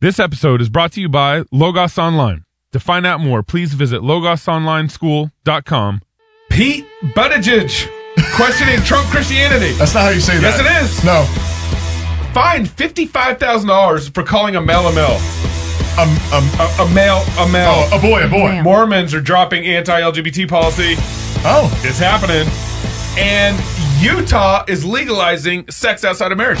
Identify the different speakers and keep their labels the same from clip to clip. Speaker 1: This episode is brought to you by Logos Online. To find out more, please visit logosonlineschool.com. Pete Buttigieg questioning Trump Christianity.
Speaker 2: That's not how you say
Speaker 1: Yes,
Speaker 2: that.
Speaker 1: it is.
Speaker 2: No.
Speaker 1: Fined $55,000 for calling a male a male.
Speaker 2: Um, um,
Speaker 1: A, a male a male.
Speaker 2: oh, a boy, a boy.
Speaker 1: Mormons are dropping anti LGBT policy.
Speaker 2: Oh,
Speaker 1: It's happening. And Utah is legalizing sex outside of marriage.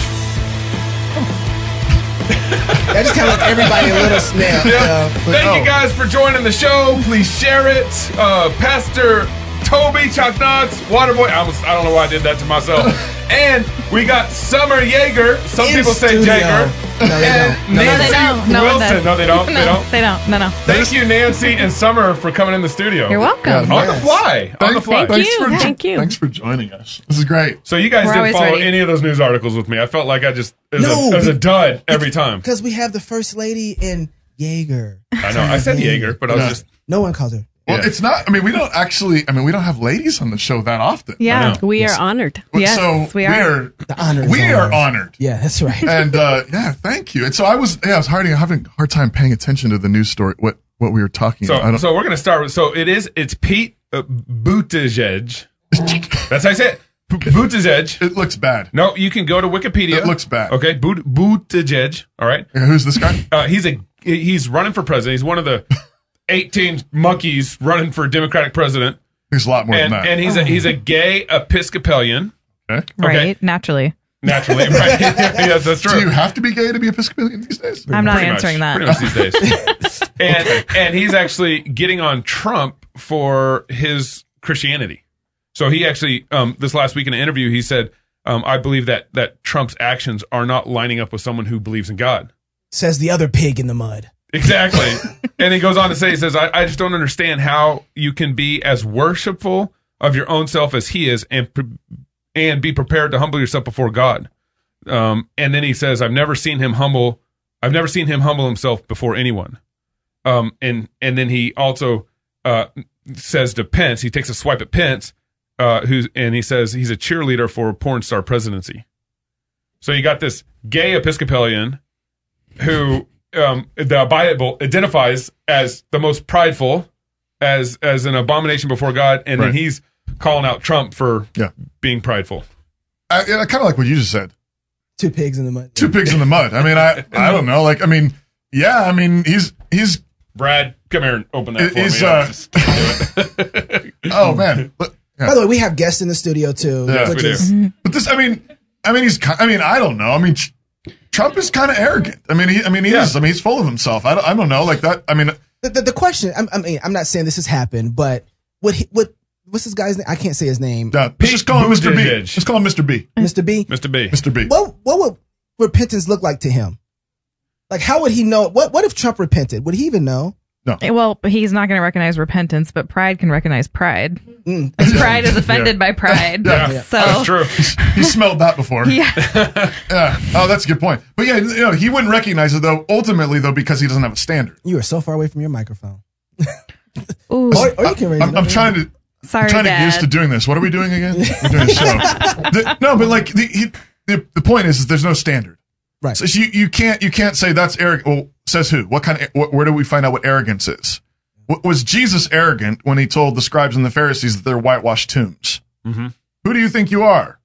Speaker 3: That just kind of like everybody a little uh, snap.
Speaker 1: Yeah.
Speaker 3: Yeah.
Speaker 1: Thank
Speaker 2: oh.
Speaker 1: you guys for joining the show. Please share it. Uh, Pastor Toby Chuck Knox, Waterboy. I was I don't know why I did that to myself. and we got Summer Yeager. Some
Speaker 3: In
Speaker 1: people say
Speaker 3: studio.
Speaker 1: Jaeger.
Speaker 3: No, they
Speaker 1: And
Speaker 3: don't. No, they
Speaker 1: Nancy
Speaker 4: don't. No one
Speaker 1: Wilson.
Speaker 4: does.
Speaker 1: No, they don't.
Speaker 4: No,
Speaker 1: They don't.
Speaker 4: They don't. No, no.
Speaker 1: Thank you, Nancy and Summer, for coming in the studio.
Speaker 4: You're welcome.
Speaker 2: Yeah.
Speaker 1: On the fly. On the fly.
Speaker 2: thanks
Speaker 4: you,
Speaker 2: For, jo-
Speaker 4: thank you.
Speaker 2: Thanks for joining us. This is great.
Speaker 1: So you guys
Speaker 4: We're
Speaker 1: didn't
Speaker 4: always
Speaker 1: follow
Speaker 4: ready.
Speaker 1: any of those news articles with me. I felt like I just as,
Speaker 3: No,
Speaker 1: a, as a
Speaker 3: be-
Speaker 1: dud every time.
Speaker 3: Because we have the first lady in Jaeger.
Speaker 1: I know. I said Jaeger, but I was
Speaker 2: Yeah.
Speaker 1: just
Speaker 3: No one calls her.
Speaker 2: Well,
Speaker 1: Yeah.
Speaker 2: it's not. I mean, we don't actually. I mean, we don't have ladies on the show that often.
Speaker 4: Yeah,
Speaker 1: know.
Speaker 4: we are honored.
Speaker 2: But
Speaker 4: Yes,
Speaker 2: so
Speaker 4: we are.
Speaker 3: The honor. is
Speaker 2: We
Speaker 3: on
Speaker 2: are
Speaker 3: her.
Speaker 2: honored.
Speaker 3: Yeah, that's right.
Speaker 2: And uh, yeah, thank you. And so I was. Yeah, I was hard, having a hard time paying attention to the news story. What what we were talking about. I
Speaker 1: So,
Speaker 2: don't,
Speaker 1: so we're gonna start with. So it is. It's Pete uh, Buttigieg. That's how I say it. B- Buttigieg.
Speaker 2: it looks bad.
Speaker 1: No, you can go to Wikipedia.
Speaker 2: It looks bad.
Speaker 1: Okay, But- Buttigieg. All right.
Speaker 2: Yeah, who's this guy?
Speaker 1: Uh, he's a he's running for president. He's one of the eighteen monkeys running for Democratic president,
Speaker 2: There's a lot more
Speaker 1: and
Speaker 2: than that.
Speaker 1: and he's a he's a gay Episcopalian.
Speaker 2: okay.
Speaker 1: Okay.
Speaker 4: Right, naturally.
Speaker 1: Naturally, right? yes, that's true.
Speaker 2: Do you have to be gay to be Episcopalian these days?
Speaker 4: I'm not
Speaker 1: Pretty
Speaker 4: answering
Speaker 1: much,
Speaker 4: that.
Speaker 1: Pretty much these days. and and he's actually getting on Trump for his Christianity. So he actually um, this last week in an interview he said, um, "I believe that that Trump's actions are not lining up with someone who believes in God."
Speaker 3: Says the other pig in the mud.
Speaker 1: Exactly. and he goes on to say, he says, I, I just don't understand how you can be as worshipful of your own self as he is and pre- and be prepared to humble yourself before God. Um, and then he says, I've never seen him humble. I've never seen him humble himself before anyone. Um, and, and then he also, uh, says to Pence, he takes a swipe at Pence, uh, who's, and he says he's a cheerleader for porn star presidency. So you got this gay Episcopalian who um, the Bible identifies as the most prideful, as as an abomination before God, and then
Speaker 2: Right.
Speaker 1: he's calling out Trump for
Speaker 2: Yeah.
Speaker 1: being prideful.
Speaker 2: I, I kind of like what you just said.
Speaker 3: Two pigs in the mud.
Speaker 2: two pigs in the mud. I mean, I I don't know. Like, I mean, yeah. I mean, he's he's
Speaker 1: Brad, come here and open that for
Speaker 2: he's
Speaker 1: me.
Speaker 2: uh, oh man. But,
Speaker 3: By
Speaker 2: yeah.
Speaker 3: the way, we have guests in the studio too.
Speaker 2: Yes,
Speaker 3: which
Speaker 1: we
Speaker 3: is,
Speaker 2: but this, I mean, I mean, he's. ki- I mean, I don't know. I mean, Tr- Trump is kind of arrogant. I mean, he. I mean, he
Speaker 1: Yeah.
Speaker 2: is. I mean, he's full of himself. I don't, I don't know. Like that. I mean,
Speaker 3: the, the, the question. I'm, I mean, I'm not saying this has happened, but what he, what what's this guy's name? I can't say his name.
Speaker 2: uh, let's just call him Mr. B.
Speaker 1: Buttigieg.
Speaker 2: Let's call him Mr. B.
Speaker 3: Mr. B.
Speaker 1: Mr. B.
Speaker 2: Mr. B.
Speaker 3: What what would repentance look like to him? Like, how would he know? What what if Trump repented? Would he even know?
Speaker 4: Eh, Well, he's not going to recognize repentance, but pride can recognize pride. Because pride is offended by pride.
Speaker 1: Yeah.
Speaker 4: So
Speaker 1: That's true.
Speaker 2: he smelled that before.
Speaker 4: yeah,
Speaker 2: Yeah. Oh, that's a good point. But yeah, you know, he wouldn't recognize it though. Ultimately, though, because he doesn't have a standard.
Speaker 3: You are so far away from your microphone.
Speaker 4: Ooh,
Speaker 3: Or, or you can raise it
Speaker 2: I'm,
Speaker 3: up.
Speaker 2: I'm trying to.
Speaker 4: sorry,
Speaker 2: I'm trying to
Speaker 4: Dad.
Speaker 2: get used to doing this. What are we doing again? We're doing a show. The- no, but like the, he, the the point is, is there's no standard.
Speaker 3: Right.
Speaker 2: So you you can't you can't say that's arrogant. Well, says who? What kind of what, where do we find out what arrogance is? What, was Jesus arrogant when he told the scribes and the Pharisees that they're whitewashed tombs?
Speaker 1: Mhm.
Speaker 2: Who do you think you are?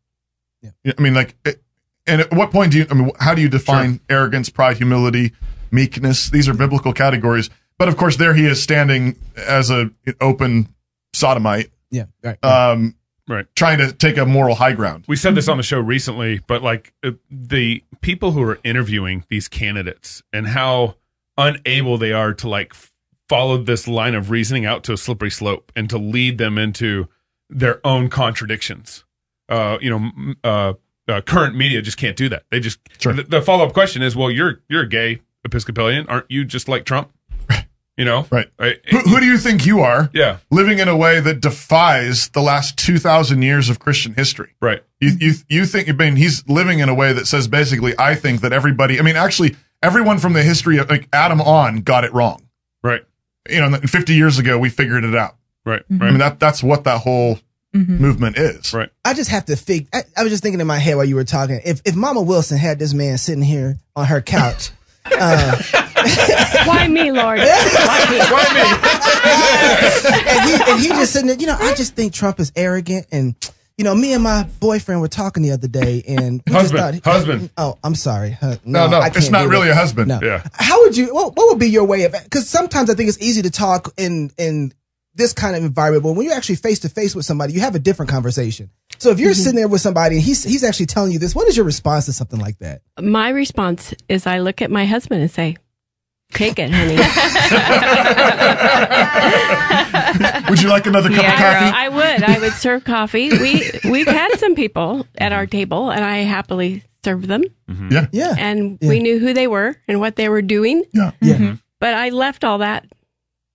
Speaker 3: Yeah.
Speaker 2: I mean, like, it, and at what point do you? I mean, how do you define arrogance, pride, humility, meekness? These are biblical categories. But of course, there he is standing as a an open sodomite
Speaker 3: Yeah, right.
Speaker 2: um,
Speaker 1: Right.
Speaker 2: trying to take a moral high ground.
Speaker 1: We said this on the
Speaker 2: Mm-hmm.
Speaker 1: show recently, but like uh, the people who are interviewing these candidates and how unable they are to like f- follow this line of reasoning out to a slippery slope and to lead them into their own contradictions. Uh, you know, m- uh, uh, current media just can't do that. They just
Speaker 2: Sure.
Speaker 1: the, the follow up question is, well, you're you're a gay Episcopalian, aren't you? Just like Trump, you know?
Speaker 2: Right.
Speaker 1: I-
Speaker 2: Who, who do you think you are?
Speaker 1: yeah.
Speaker 2: Living in a way that defies the last two thousand years of Christian history.
Speaker 1: Right.
Speaker 2: You you you think? I mean, he's living in a way that says basically, I think that everybody. I mean, actually, everyone from the history of like Adam on got it wrong.
Speaker 1: Right.
Speaker 2: You know, fifty years ago, we figured it out.
Speaker 1: Right.
Speaker 2: I
Speaker 1: Right.
Speaker 2: mean, that that's what that whole movement is.
Speaker 1: Right.
Speaker 3: I just have to fig. I, I was just thinking in my head while you were talking. If if Mama Wilson had this man sitting here on her couch, Uh,
Speaker 5: Why me, Lord?
Speaker 3: and, he, and he just sitting there, you know, I just think Trump is arrogant. And, you know, me and my boyfriend were talking the other day and we
Speaker 1: Husband,
Speaker 3: just thought,
Speaker 1: husband.
Speaker 3: Oh, I'm sorry. Huh,
Speaker 2: No, no,
Speaker 3: I
Speaker 2: it's
Speaker 3: can't
Speaker 2: not
Speaker 3: do
Speaker 2: really
Speaker 3: it.
Speaker 2: a husband.
Speaker 3: No.
Speaker 1: Yeah.
Speaker 3: How would you, what, what would be your way of, cause sometimes I think it's easy to talk in, in this kind of environment, but when you're actually face to face with somebody, you have a different conversation. So if you're sitting there with somebody and he's, he's actually telling you this, what is your response to something like that?
Speaker 5: My response is I look at my husband and say, Take it, honey.
Speaker 2: Would you like another cup
Speaker 4: Yeah,
Speaker 2: of coffee?
Speaker 5: I would. I would serve coffee. We we've had some people at our table and I happily served them
Speaker 2: Yeah,
Speaker 3: Yeah.
Speaker 5: and
Speaker 3: Yeah.
Speaker 5: we knew who they were and what they were doing,
Speaker 2: yeah,
Speaker 3: yeah.
Speaker 5: but I left all that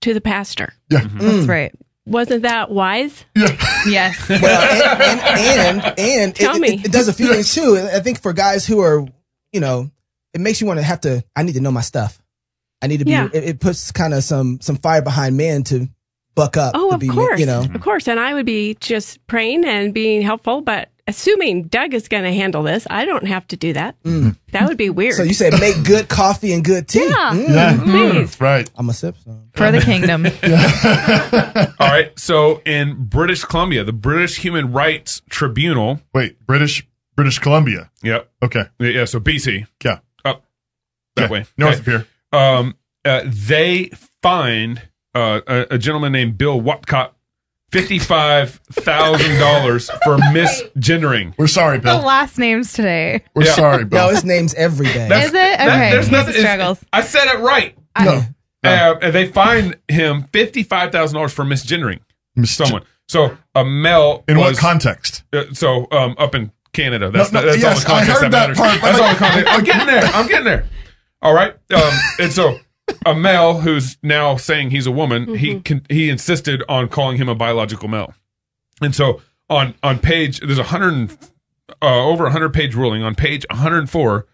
Speaker 5: to the pastor.
Speaker 2: yeah,
Speaker 1: Mm-hmm.
Speaker 4: That's right.
Speaker 5: Wasn't that wise?
Speaker 2: yeah.
Speaker 4: Yes.
Speaker 3: Well, and and and, and
Speaker 5: Tell
Speaker 3: it,
Speaker 5: me.
Speaker 3: it, it does a few things too. I think for guys who are, you know, it makes you want to have to. I need to know my stuff. I need to be.
Speaker 5: Yeah.
Speaker 3: It, it puts kind of some some fire behind men to buck up.
Speaker 5: Oh,
Speaker 3: to
Speaker 5: of
Speaker 3: be,
Speaker 5: course.
Speaker 3: You know,
Speaker 5: Of course. And I would be just praying and being helpful, but assuming Doug is going to handle this, I don't have to do that. That would be weird.
Speaker 3: Mm. so you said make good coffee and good tea.
Speaker 5: yeah.
Speaker 3: Mm,
Speaker 5: Please.
Speaker 2: Right.
Speaker 3: I'm a sip. Some.
Speaker 4: For the kingdom.
Speaker 1: All right. So in British Columbia, the British Human Rights Tribunal.
Speaker 2: Wait, British British Columbia.
Speaker 1: Yep.
Speaker 2: Okay,
Speaker 1: Yeah. So BC
Speaker 2: yeah,
Speaker 1: up that
Speaker 2: Okay.
Speaker 1: way
Speaker 2: north
Speaker 1: Okay.
Speaker 2: of here.
Speaker 1: um, uh, they fined uh, a, a gentleman named Bill Watcott fifty five thousand dollars for misgendering.
Speaker 2: We're sorry,
Speaker 4: the
Speaker 2: Bill.
Speaker 4: last names today.
Speaker 2: We're
Speaker 1: Yeah.
Speaker 2: sorry, Bill.
Speaker 3: No, his name's every day.
Speaker 1: That's-
Speaker 4: Is it? Okay.
Speaker 1: there's
Speaker 4: He
Speaker 1: nothing- it's-
Speaker 4: struggles.
Speaker 1: I said it right.
Speaker 2: no,
Speaker 1: Uh, and they fined him fifty five thousand dollars for misgendering
Speaker 2: Mis-
Speaker 1: someone. So a male
Speaker 2: In
Speaker 1: was
Speaker 2: what context?
Speaker 1: uh, so um, up in Canada. That's,
Speaker 2: No, no,
Speaker 1: that's
Speaker 2: yes,
Speaker 1: all the
Speaker 2: I
Speaker 1: context that,
Speaker 2: heard that
Speaker 1: matters.
Speaker 2: part, but
Speaker 1: that's all the
Speaker 2: like-
Speaker 1: context. I'm getting there. I'm getting there. All right. Um, and so a male who's now saying he's a woman, he can, he insisted on calling him a biological male. And so on on page there's a hundred and, uh, over a hundred page ruling on page 104,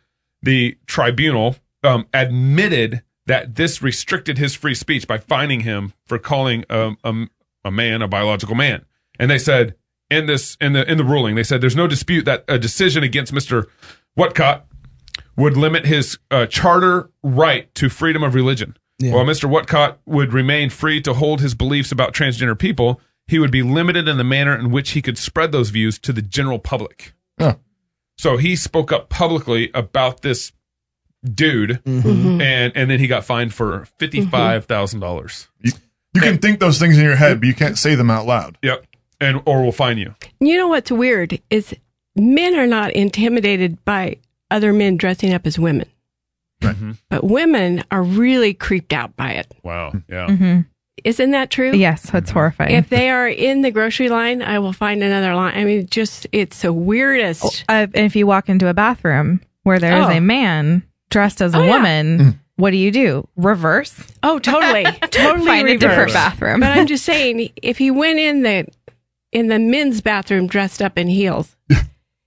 Speaker 1: the tribunal um, admitted that this restricted his free speech by fining him for calling um, um, a man a biological man. And they said in this in the in the ruling they said there's no dispute that a decision against Mr. Whatcott would limit his uh, charter right to freedom of religion.
Speaker 3: Yeah.
Speaker 1: While Mr. Whatcott would remain free to hold his beliefs about transgender people, he would be limited in the manner in which he could spread those views to the general public.
Speaker 2: Yeah.
Speaker 1: So he spoke up publicly about this dude,
Speaker 3: Mm-hmm.
Speaker 5: Mm-hmm.
Speaker 1: and and then he got fined for fifty five dollars.
Speaker 2: You, you can think those things in your head, but you can't say them out loud.
Speaker 5: Mm-hmm.
Speaker 1: Yep, and or we'll fine you.
Speaker 5: You know what's weird is men are not intimidated by other men dressing up as women. But women are really creeped out by it.
Speaker 1: Wow.
Speaker 2: Hmm.
Speaker 1: Yeah.
Speaker 5: Mm-hmm. Isn't that true?
Speaker 4: Yes, that's horrifying.
Speaker 5: If they are in the grocery line, I will find another line. I mean, just it's the weirdest.
Speaker 4: uh, if you walk into a bathroom where there is
Speaker 5: Oh.
Speaker 4: a man dressed as a
Speaker 5: Oh, yeah.
Speaker 4: woman,
Speaker 1: Mm.
Speaker 4: what do you do? Reverse?
Speaker 5: Oh, totally, totally
Speaker 4: Find a
Speaker 5: reversed.
Speaker 4: different bathroom.
Speaker 5: But I'm just saying, if he went in the in the men's bathroom dressed up in heels,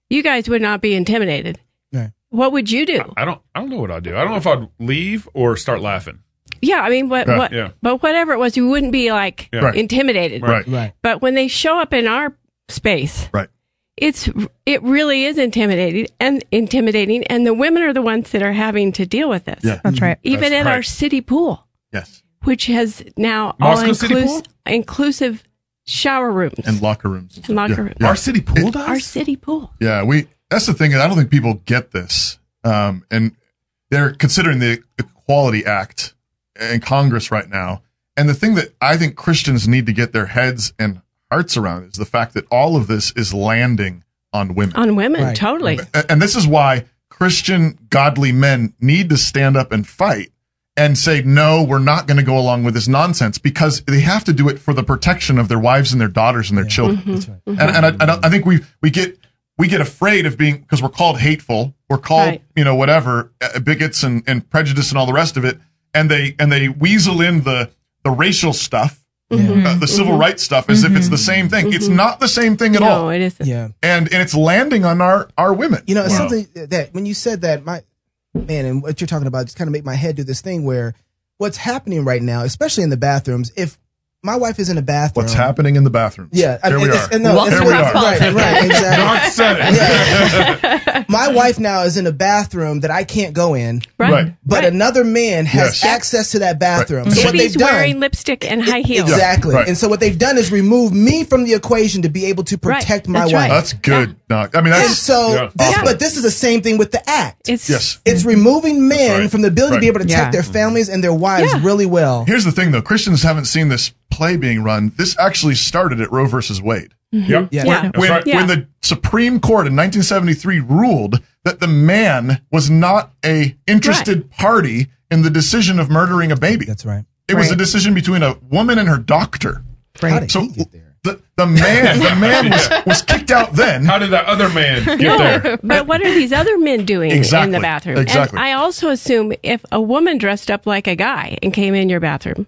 Speaker 5: you guys would not be intimidated.
Speaker 3: Yeah.
Speaker 5: What would you do?
Speaker 1: I don't. I don't know what I'd do. I don't know if I'd leave or start laughing.
Speaker 5: Yeah, I mean, what,
Speaker 2: Right.
Speaker 5: what
Speaker 1: Yeah.
Speaker 5: but whatever it was, you wouldn't be like
Speaker 1: Yeah. Right.
Speaker 5: intimidated.
Speaker 2: Right.
Speaker 3: Right.
Speaker 5: But when they show up in our space,
Speaker 2: Right.
Speaker 5: it's it really is intimidating and intimidating, and the women are the ones that are having to deal with this.
Speaker 2: Yeah.
Speaker 4: That's right.
Speaker 5: Even
Speaker 1: That's
Speaker 5: at our
Speaker 1: right.
Speaker 5: city pool,
Speaker 2: Yes.
Speaker 5: which has now all
Speaker 1: Moscow City
Speaker 5: inclus-
Speaker 1: Pool?
Speaker 5: inclusive shower rooms
Speaker 2: And locker rooms.
Speaker 5: And locker
Speaker 2: yeah.
Speaker 5: rooms.
Speaker 2: Yeah.
Speaker 1: Our city pool does.
Speaker 5: our city pool.
Speaker 2: Yeah, we. That's the thing. is I don't think people get this, um, and they're considering the Equality Act in Congress right now. And the thing that I think Christians need to get their heads and hearts around is the fact that all of this is landing on women.
Speaker 5: On women,
Speaker 3: Right.
Speaker 5: totally.
Speaker 2: A- and this is why Christian godly men need to stand up and fight and say, no, we're not going to go along with this nonsense because they have to do it for the protection of their wives and their daughters and their children.
Speaker 5: Mm-hmm.
Speaker 3: That's right.
Speaker 2: And, and I, I, don't, I think we we get we get afraid of being because we're called hateful, we're called
Speaker 5: Right.
Speaker 2: you know whatever uh, bigots and, and prejudice and all the rest of it, and they and they weasel in the the racial stuff,
Speaker 5: Mm-hmm.
Speaker 2: uh, the civil rights stuff as if it's the same thing. It's not the same thing at
Speaker 5: No,
Speaker 2: all,
Speaker 5: it isn't.
Speaker 3: Yeah.
Speaker 2: and and it's landing on our our women.
Speaker 3: You know, it's something that when you said that, my man, and what you're talking about just kind of make my head do this thing where what's happening right now, especially in the bathrooms, if my wife is in a bathroom.
Speaker 2: What's happening in the bathroom?
Speaker 3: Yeah, I-
Speaker 2: Here we
Speaker 3: it's-
Speaker 2: are.
Speaker 3: and no,
Speaker 4: Welcome
Speaker 2: to
Speaker 3: it's- right,
Speaker 4: Cosmopolitan.
Speaker 3: right, exactly.
Speaker 1: God said it.
Speaker 3: My wife now is in a bathroom that I can't go in,
Speaker 5: Right.
Speaker 2: Right.
Speaker 3: but
Speaker 5: Right.
Speaker 3: another man has
Speaker 2: Yes.
Speaker 3: access to that bathroom.
Speaker 2: Right.
Speaker 3: So
Speaker 5: if
Speaker 3: what they've
Speaker 5: he's wearing
Speaker 3: done
Speaker 5: lipstick and high heels.
Speaker 3: exactly,
Speaker 2: Right.
Speaker 3: and so what they've done is remove me from the equation to be able to
Speaker 5: Right.
Speaker 3: protect my
Speaker 5: That's
Speaker 3: wife.
Speaker 5: right.
Speaker 2: That's good. Knock. I mean,
Speaker 3: And
Speaker 2: that's
Speaker 3: so,
Speaker 1: Yeah.
Speaker 3: this,
Speaker 5: Awful.
Speaker 3: but this is the same thing with the act.
Speaker 5: It's
Speaker 2: yes.
Speaker 3: It's removing men
Speaker 2: right.
Speaker 3: from the ability to be
Speaker 2: Right.
Speaker 3: able to protect
Speaker 4: Yeah.
Speaker 3: their families and their wives
Speaker 5: Yeah.
Speaker 3: really well.
Speaker 2: Here's the thing, though. Christians haven't seen this play being run. This actually started at Roe versus Wade.
Speaker 1: Yep.
Speaker 3: Yeah.
Speaker 5: Yeah.
Speaker 1: That's
Speaker 2: when,
Speaker 1: right.
Speaker 5: Yeah.
Speaker 2: when the Supreme Court in 1973 ruled that the man was not a interested party in the decision of murdering a baby.
Speaker 3: That's right.
Speaker 2: It was a
Speaker 4: Right.
Speaker 2: decision between a woman and her doctor.
Speaker 3: How did
Speaker 2: So
Speaker 3: he get there?
Speaker 2: the, the man the man was, was kicked out then.
Speaker 1: How did that other man get there?
Speaker 5: But what are these other men doing in
Speaker 2: Exactly.
Speaker 5: the bathroom?
Speaker 2: Exactly.
Speaker 5: And I also assume if a woman dressed up like a guy and came in your bathroom,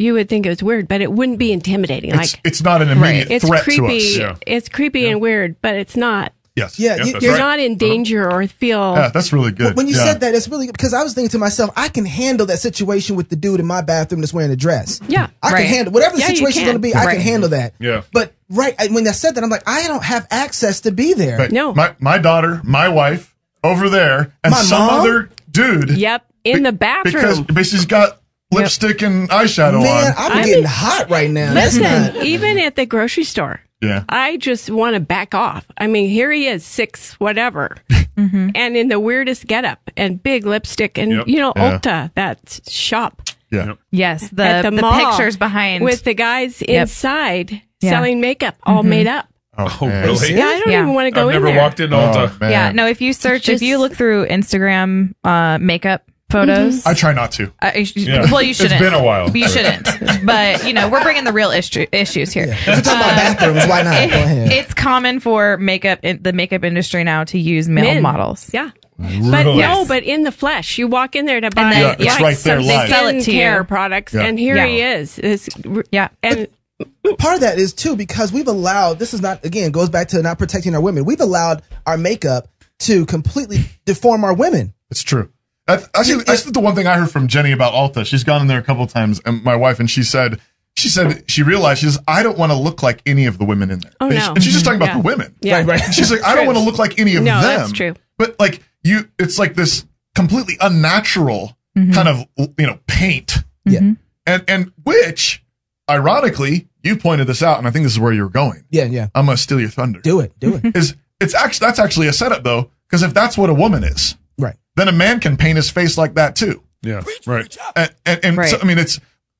Speaker 5: you would think it was weird, but it wouldn't be intimidating.
Speaker 2: It's,
Speaker 5: like
Speaker 2: it's not an immediate
Speaker 5: it's
Speaker 2: threat
Speaker 5: creepy.
Speaker 2: to us.
Speaker 1: Yeah.
Speaker 5: It's creepy and weird, but it's not.
Speaker 2: Yes.
Speaker 3: Yeah,
Speaker 1: Yeah,
Speaker 3: you-
Speaker 1: that's
Speaker 5: You're
Speaker 1: right.
Speaker 5: not in danger or feel.
Speaker 2: Yeah, that's really good.
Speaker 3: when you
Speaker 2: Yeah.
Speaker 3: said that, it's really because I was thinking to myself, I can handle that situation with the dude in my bathroom that's wearing a dress.
Speaker 5: Yeah.
Speaker 3: I
Speaker 4: Right.
Speaker 3: can handle whatever the
Speaker 5: Yeah, you
Speaker 3: situation's
Speaker 5: can.
Speaker 3: going to be. I
Speaker 4: Right.
Speaker 3: can handle that.
Speaker 1: Yeah.
Speaker 3: But right I- when I said that, I'm like, I don't have access to be there.
Speaker 2: Right.
Speaker 5: No.
Speaker 2: My, my daughter, my wife, over there, and
Speaker 3: My
Speaker 2: some
Speaker 3: mom?
Speaker 2: other dude.
Speaker 5: Yep, in the
Speaker 2: Because,
Speaker 5: bathroom.
Speaker 2: because she's got lipstick and eyeshadow
Speaker 3: Man,
Speaker 2: on.
Speaker 3: I'm
Speaker 5: I
Speaker 3: getting
Speaker 5: mean-
Speaker 3: hot right now. That's
Speaker 5: Listen,
Speaker 3: not.
Speaker 5: even at the grocery store,
Speaker 2: yeah.
Speaker 5: I just want to back off. I mean, here he is, six, whatever,
Speaker 4: Mm-hmm.
Speaker 5: and in the weirdest getup and big lipstick and
Speaker 1: Yep.
Speaker 5: you know
Speaker 2: Yeah.
Speaker 5: Ulta that shop
Speaker 2: Yeah.
Speaker 1: Yep.
Speaker 4: Yes, the,
Speaker 5: at
Speaker 4: the,
Speaker 5: the, mall
Speaker 4: pictures behind
Speaker 5: with the guys inside
Speaker 4: Yeah. Mm-hmm.
Speaker 5: selling makeup all made up.
Speaker 1: Oh,
Speaker 2: man.
Speaker 1: really?
Speaker 5: Yeah, I don't
Speaker 4: Yeah.
Speaker 5: even want to go
Speaker 1: I've
Speaker 5: in
Speaker 1: never
Speaker 5: there.
Speaker 1: walked in
Speaker 2: Oh,
Speaker 1: Ulta.
Speaker 2: man.
Speaker 4: Yeah, no, if you search, if you
Speaker 5: just-
Speaker 4: look through Instagram uh, makeup photos,
Speaker 2: I try not to.
Speaker 4: I- I sh-
Speaker 1: Yeah.
Speaker 4: well, you
Speaker 1: It's
Speaker 4: shouldn't.
Speaker 1: been a while.
Speaker 4: You shouldn't. but, you know, we're bringing the real issue, issues here.
Speaker 3: If we're
Speaker 5: Uh,
Speaker 3: talking about bathrooms, why not? Go ahead.
Speaker 4: It's common for makeup, in the makeup industry now to use male
Speaker 5: Men.
Speaker 4: models.
Speaker 5: Yeah. But no, but in the flesh, you walk in there to buy
Speaker 4: then-
Speaker 2: Yeah, it's
Speaker 5: like
Speaker 2: right there
Speaker 5: some
Speaker 2: live.
Speaker 4: Sell it to you.
Speaker 5: skincare products,
Speaker 2: Yeah.
Speaker 5: and here
Speaker 4: Yeah.
Speaker 5: he is. This-
Speaker 4: Yeah.
Speaker 5: and
Speaker 3: part of that is too because we've allowed this is not again goes back to not protecting our women. We've allowed our makeup to completely deform our women.
Speaker 2: It's true. That's, actually, that's the one thing I heard from Jenny about Alta. She's gone in there a couple of times, and my wife, and she said, she said she realized she says, I don't want to look like any of the women in there.
Speaker 5: Oh,
Speaker 2: and,
Speaker 5: no.
Speaker 2: she- and she's just talking about
Speaker 5: Yeah.
Speaker 2: the women.
Speaker 5: Yeah. Right,
Speaker 3: right.
Speaker 2: She's like, I don't
Speaker 5: True.
Speaker 2: want to look like any of
Speaker 5: No,
Speaker 2: them.
Speaker 5: that's true.
Speaker 2: But like you, it's like this completely unnatural
Speaker 3: Mm-hmm.
Speaker 2: kind of you know paint,
Speaker 5: Mm-hmm.
Speaker 3: Yeah,
Speaker 2: and and which, ironically, you pointed this out, and I think this is where you're going.
Speaker 3: yeah, yeah.
Speaker 2: I'm gonna steal your thunder.
Speaker 3: Do it, do it.
Speaker 2: Is it's actually that's actually a setup though, because if that's what a woman is,
Speaker 3: right.
Speaker 2: then a man can paint his face like that too.
Speaker 1: Yeah. Right.
Speaker 2: And, and, and so,
Speaker 4: Right.
Speaker 2: I mean, it's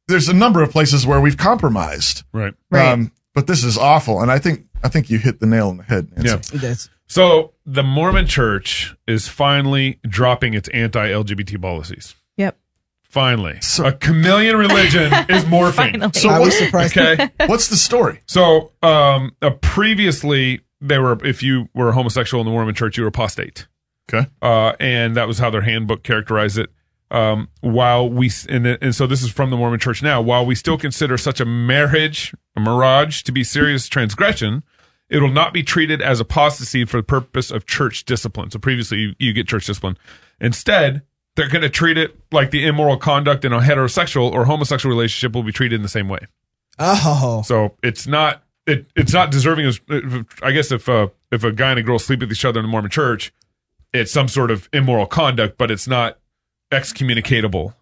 Speaker 2: there's a number of places where we've compromised, Um,
Speaker 1: Right.
Speaker 4: Right.
Speaker 2: but this is awful, and I think I think you hit the nail on the head. Nancy.
Speaker 1: Yeah.
Speaker 3: That's
Speaker 1: So the Mormon church is finally dropping its anti LGBT policies.
Speaker 4: Yep.
Speaker 1: Finally.
Speaker 2: So-
Speaker 1: a chameleon religion is morphing.
Speaker 4: Finally.
Speaker 2: So
Speaker 3: I
Speaker 2: what,
Speaker 3: was surprised.
Speaker 1: Okay.
Speaker 2: what's the story?
Speaker 1: So um uh, previously they were if you were homosexual in the Mormon church, you were apostate.
Speaker 2: Okay,
Speaker 1: uh, and that was how their handbook characterized it. Um, while we and, and so this is from the Mormon Church now. While we still consider such a marriage, a mirage, to be serious transgression, it will not be treated as apostasy for the purpose of church discipline. So previously, you, you get church discipline. Instead, they're going to treat it like the immoral conduct in a heterosexual or homosexual relationship will be treated in the same way.
Speaker 3: Oh,
Speaker 1: So it's not it, it's not deserving of. I guess if uh, if a guy and a girl sleep with each other in the Mormon Church, it's some sort of immoral conduct, but it's not excommunicatable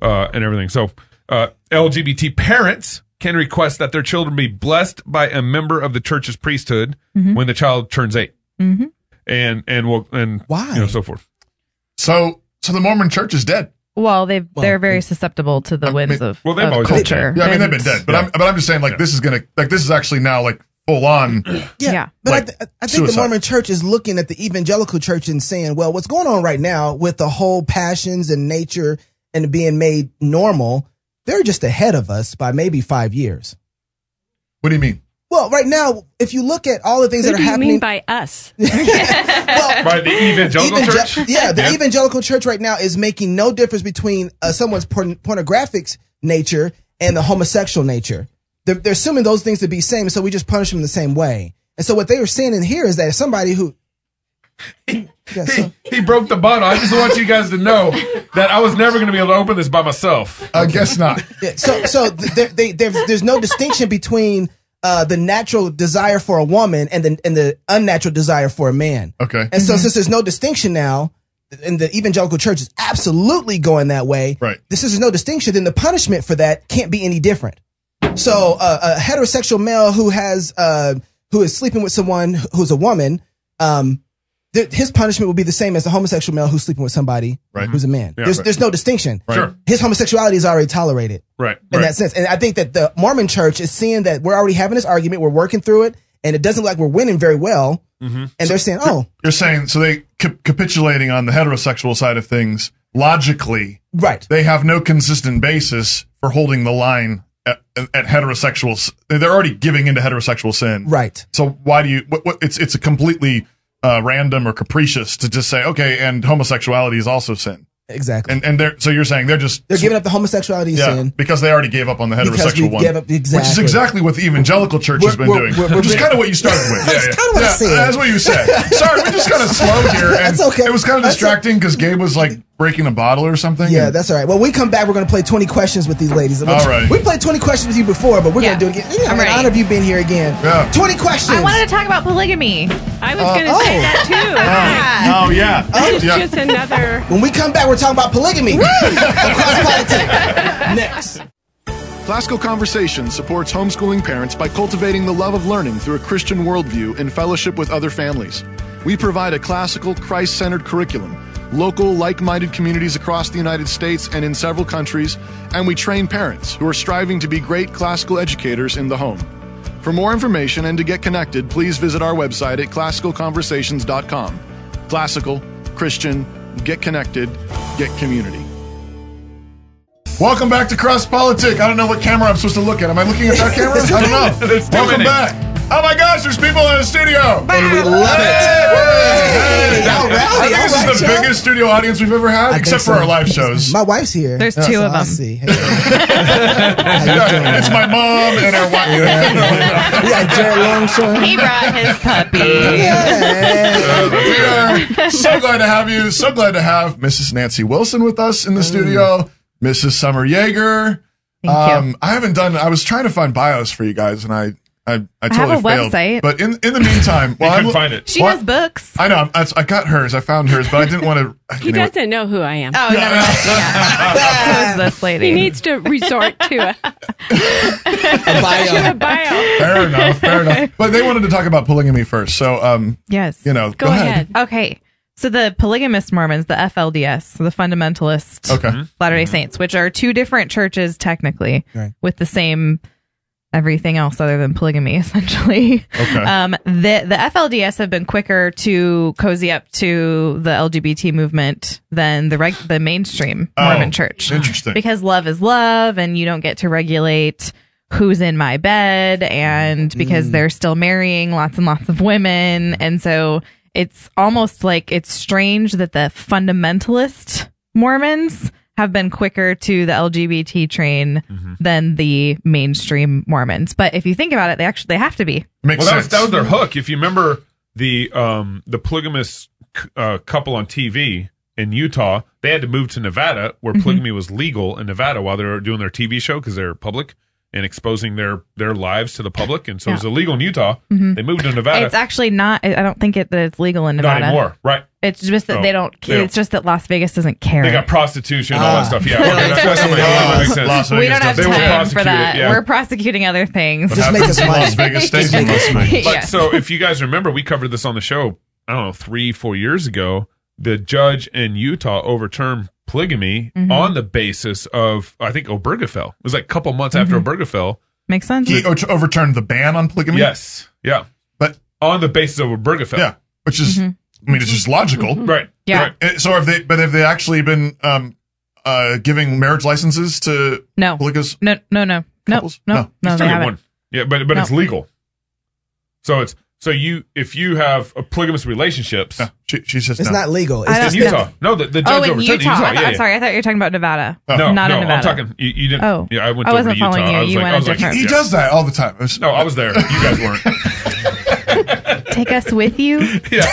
Speaker 1: uh, and everything. So uh, LGBT parents can request that their children be blessed by a member of the church's priesthood when the child turns 8 mm-hmm. and and will and
Speaker 3: Why?
Speaker 1: you know so forth.
Speaker 2: so so the Mormon Church is dead.
Speaker 4: Well, they
Speaker 3: Well,
Speaker 4: they're very susceptible to the whims of,
Speaker 1: well, they've
Speaker 4: of
Speaker 1: always been
Speaker 4: culture.
Speaker 2: Yeah, I mean they've
Speaker 4: And-
Speaker 2: been dead, but I'm but I'm just saying like this is gonna like this is actually now like full on.
Speaker 3: yeah.
Speaker 4: Yeah.
Speaker 3: But
Speaker 2: Like,
Speaker 3: I, th- I think the
Speaker 2: suicide.
Speaker 3: Mormon Church is looking at the evangelical church and saying, well, what's going on right now with the whole passions and nature and being made normal? They're just ahead of us by maybe five years.
Speaker 2: What do you mean?
Speaker 3: Well, right now, if you look at all the things
Speaker 5: who
Speaker 3: that
Speaker 5: do
Speaker 3: are
Speaker 5: you
Speaker 3: happening,
Speaker 5: mean by us?
Speaker 3: well,
Speaker 1: By the evangelical
Speaker 3: Evangel-
Speaker 1: church,
Speaker 3: Yeah, the
Speaker 1: Yeah.
Speaker 3: evangelical church right now is making no difference between uh, someone's porn- pornographic nature and the homosexual nature. They're, they're assuming those things to be same, so we just punish them the same way. And so what they were saying in here is that if somebody who Yeah, so-
Speaker 1: He, he broke the bottle. I just want you guys to know that I was never going to be able to open this by myself.
Speaker 2: I guess not.
Speaker 3: Yeah, so so th- there, they, there's there's no distinction between uh, the natural desire for a woman and the and the unnatural desire for a man.
Speaker 2: Okay.
Speaker 3: And so since there's no distinction now, and the evangelical church is absolutely going that way.
Speaker 2: Right.
Speaker 3: This is no distinction. Then the punishment for that can't be any different. So uh, a heterosexual male who has uh, who is sleeping with someone who's a woman, um, th- his punishment will be the same as a homosexual male who's sleeping with somebody
Speaker 2: Right.
Speaker 3: who's a man.
Speaker 2: Yeah,
Speaker 3: there's
Speaker 2: right.
Speaker 3: there's no distinction.
Speaker 2: Right. Sure.
Speaker 3: His homosexuality is already tolerated
Speaker 1: Right.
Speaker 3: in that sense. And I think that the Mormon church is seeing that we're already having this argument, we're working through it, and it doesn't look like we're winning very well.
Speaker 2: Mm-hmm.
Speaker 3: And they're saying, oh,
Speaker 2: You're saying so they cap- capitulating on the heterosexual side of things logically.
Speaker 3: right.
Speaker 2: They have no consistent basis for holding the line at, at heterosexual. s- They're already giving into heterosexual sin.
Speaker 3: Right.
Speaker 2: So why do you? What, what, it's it's a completely uh, random or capricious to just say okay, and homosexuality is also sin.
Speaker 3: Exactly.
Speaker 2: And and they're so you're saying they're just
Speaker 3: they're giving up the homosexuality
Speaker 2: yeah
Speaker 3: sin.
Speaker 2: because they already gave up on the
Speaker 3: Because
Speaker 2: heterosexual
Speaker 3: we
Speaker 2: one,
Speaker 3: gave up-
Speaker 2: which is
Speaker 3: exactly.
Speaker 2: exactly what the evangelical church has
Speaker 3: We're-
Speaker 2: been
Speaker 3: we're-
Speaker 2: doing,
Speaker 3: we're-
Speaker 2: which is
Speaker 3: we're-
Speaker 2: kind of what you started with.
Speaker 3: That's kinda what I said.
Speaker 2: That's what you said. Sorry, we just kind of slow here. And
Speaker 3: That's okay.
Speaker 2: It was kind of
Speaker 3: That's
Speaker 2: distracting because Gabe was like breaking a bottle or something.
Speaker 3: Yeah,
Speaker 2: and-
Speaker 3: that's all right. Well, when we come back, we're going to play 20 questions with these ladies.
Speaker 2: All right.
Speaker 3: We played 20 questions with you before, but we're
Speaker 4: Yeah.
Speaker 3: going to do it again. Yeah,
Speaker 4: I'm
Speaker 3: I'm in
Speaker 4: ready.
Speaker 3: honor of you being here again.
Speaker 2: Yeah.
Speaker 3: 20 questions.
Speaker 4: I wanted to talk about polygamy.
Speaker 5: I was going to say
Speaker 3: oh.
Speaker 5: that too.
Speaker 2: Oh yeah.
Speaker 5: It's
Speaker 2: yeah.
Speaker 5: just another.
Speaker 3: when we come back, we're talking about polygamy. Across politics. Next.
Speaker 6: Classical Conversation supports homeschooling parents by cultivating the love of learning through a Christian worldview in fellowship with other families. We provide a classical, Christ centered curriculum, local, like minded communities across the United States and in several countries, and we train parents who are striving to be great classical educators in the home. For more information and to get connected, please visit our website at classicalconversations.com. Classical, Christian, get connected, get community.
Speaker 2: Welcome back to Cross Politic. I don't know what camera I'm supposed to look at. Am I looking at that camera? I don't know.
Speaker 1: There's too
Speaker 2: Welcome
Speaker 1: many.
Speaker 2: back. Oh my gosh, there's people in the studio.
Speaker 3: And we love
Speaker 2: Hey!
Speaker 3: it. Y'all
Speaker 2: I think
Speaker 3: rowdy.
Speaker 2: this
Speaker 3: All right,
Speaker 2: is the
Speaker 3: y'all.
Speaker 2: biggest studio audience we've ever had,
Speaker 3: I think
Speaker 2: except for
Speaker 3: so.
Speaker 2: our live shows.
Speaker 3: My wife's here. Oh,
Speaker 4: There's two
Speaker 3: so
Speaker 4: of
Speaker 3: I
Speaker 4: them.
Speaker 3: see. Hey. How you doing?
Speaker 2: Yeah, it's my mom and our wife.
Speaker 3: We got Jared Longshore.
Speaker 4: He brought his puppy.
Speaker 3: Yeah.
Speaker 2: we are so glad to have you. So glad to have Mrs. Nancy Wilson with us in the studio, Mrs. Summer Yeager. Um,
Speaker 4: Thank you.
Speaker 2: I haven't done. I was trying to find bios for you guys, and I, I, I totally
Speaker 4: have a
Speaker 2: failed.
Speaker 4: website.
Speaker 2: But in in the meantime, well,
Speaker 1: couldn't
Speaker 2: I'm-
Speaker 1: find it.
Speaker 4: She
Speaker 2: What?
Speaker 4: has books.
Speaker 2: I know. I'm- I, I got hers. I found hers, but I didn't want to.
Speaker 5: He doesn't know who I am.
Speaker 2: Uh,
Speaker 4: Oh, never mind. Yeah. Uh, Who's this
Speaker 5: He
Speaker 4: lady?
Speaker 5: needs to resort to a,
Speaker 3: A
Speaker 5: a
Speaker 3: bio.
Speaker 5: bio.
Speaker 2: Fair enough. Fair enough. But they wanted to talk about polygamy first, so um,
Speaker 4: yes.
Speaker 2: you know, go,
Speaker 5: Go ahead.
Speaker 4: Okay. So the polygamist Mormons, the FLDS, the fundamentalist
Speaker 2: Okay.
Speaker 1: Mm-hmm.
Speaker 2: Mm-hmm.
Speaker 4: Latter day Saints, which are two different churches technically
Speaker 3: Right.
Speaker 4: with the same everything else other than polygamy, essentially.
Speaker 2: Okay.
Speaker 4: Um, the, the FLDS have been quicker to cozy up to the LGBT movement than the, reg- the mainstream
Speaker 2: Oh,
Speaker 4: Mormon church.
Speaker 2: Interesting.
Speaker 4: Because love is love, and you don't get to regulate who's in my bed,
Speaker 1: Mm.
Speaker 4: and because they're still marrying lots and lots of women. And so it's almost like it's strange that the fundamentalist Mormons have been quicker to the LGBT train
Speaker 1: Mm-hmm.
Speaker 4: than the mainstream Mormons. But if you think about it, they actually they have to be.
Speaker 2: Makes
Speaker 1: Well, that was,
Speaker 2: sense.
Speaker 1: that was their hook. If you remember the um, the polygamous c- uh, couple on TV in Utah, they had to move to Nevada where polygamy was legal in Nevada while they were doing their TV show because they're public and exposing their their lives to the public, and so it was illegal in Utah. They moved to Nevada.
Speaker 4: It's actually not. I I don't think it that it's legal in
Speaker 1: not
Speaker 4: Nevada.
Speaker 1: anymore, right?
Speaker 4: It's just that
Speaker 1: Oh,
Speaker 4: they don't.
Speaker 1: they don't-
Speaker 4: It's just that Las Vegas doesn't care.
Speaker 1: They got prostitution, all
Speaker 3: Ah.
Speaker 1: that stuff. Yeah, okay, that's, that's,
Speaker 3: Yeah.
Speaker 1: that makes sense.
Speaker 2: Las
Speaker 4: we
Speaker 2: Vegas
Speaker 4: don't have
Speaker 2: does-
Speaker 1: They were
Speaker 4: time for
Speaker 1: prosecuted,
Speaker 4: that.
Speaker 1: yeah.
Speaker 4: We're prosecuting other things.
Speaker 3: Just make us
Speaker 2: Las
Speaker 3: money.
Speaker 2: Vegas stays in Las Vegas.
Speaker 1: But
Speaker 4: Yes.
Speaker 1: so if you guys remember, we covered this on the show, I don't know, three, four years ago. The judge in Utah overturned polygamy
Speaker 4: Mm-hmm.
Speaker 1: on the basis of, I think, Obergefell. It was like a couple months after
Speaker 4: Mm-hmm.
Speaker 1: Obergefell.
Speaker 4: Makes sense.
Speaker 2: He o- overturned the ban on polygamy.
Speaker 1: Yes. Yeah.
Speaker 2: But
Speaker 1: On the basis of Obergefell.
Speaker 2: yeah, which is,
Speaker 4: Mm-hmm.
Speaker 2: I mean, it's just logical.
Speaker 1: Right.
Speaker 4: Yeah.
Speaker 1: Right.
Speaker 2: Uh, So have they? But have they actually been um, uh, giving marriage licenses to
Speaker 4: No.
Speaker 2: polygamists?
Speaker 4: No, no, no, no,
Speaker 2: Couples?
Speaker 4: no,
Speaker 2: No.
Speaker 4: no,
Speaker 1: It's
Speaker 4: they
Speaker 1: only
Speaker 4: haven't.
Speaker 1: one. Yeah, but but it's
Speaker 4: No.
Speaker 1: legal. So it's so you if you have a polygamous relationships
Speaker 2: No, she, she's just
Speaker 3: It's
Speaker 2: no.
Speaker 3: not legal. It's
Speaker 4: I
Speaker 1: in
Speaker 3: just
Speaker 4: don't-
Speaker 1: Utah. No, the, the
Speaker 4: Oh,
Speaker 1: judge
Speaker 4: in
Speaker 1: overturned
Speaker 4: Utah.
Speaker 1: it in Utah.
Speaker 4: I thought,
Speaker 1: yeah,
Speaker 4: I'm
Speaker 1: yeah.
Speaker 4: sorry, I thought you were talking about Nevada.
Speaker 2: Oh.
Speaker 1: No,
Speaker 4: Not
Speaker 1: no,
Speaker 4: in Nevada.
Speaker 1: I'm talking. You, you didn't.
Speaker 4: Oh.
Speaker 1: yeah, I went.
Speaker 4: I
Speaker 1: over
Speaker 4: wasn't
Speaker 1: to Utah.
Speaker 4: following you.
Speaker 1: I was
Speaker 4: You
Speaker 1: like,
Speaker 4: went
Speaker 1: I
Speaker 4: a
Speaker 1: was like,
Speaker 4: different-
Speaker 2: He
Speaker 1: yeah.
Speaker 2: does that all the time. It's-
Speaker 1: No, I was there. You guys weren't.
Speaker 2: But
Speaker 4: Take us with you.
Speaker 1: Yeah.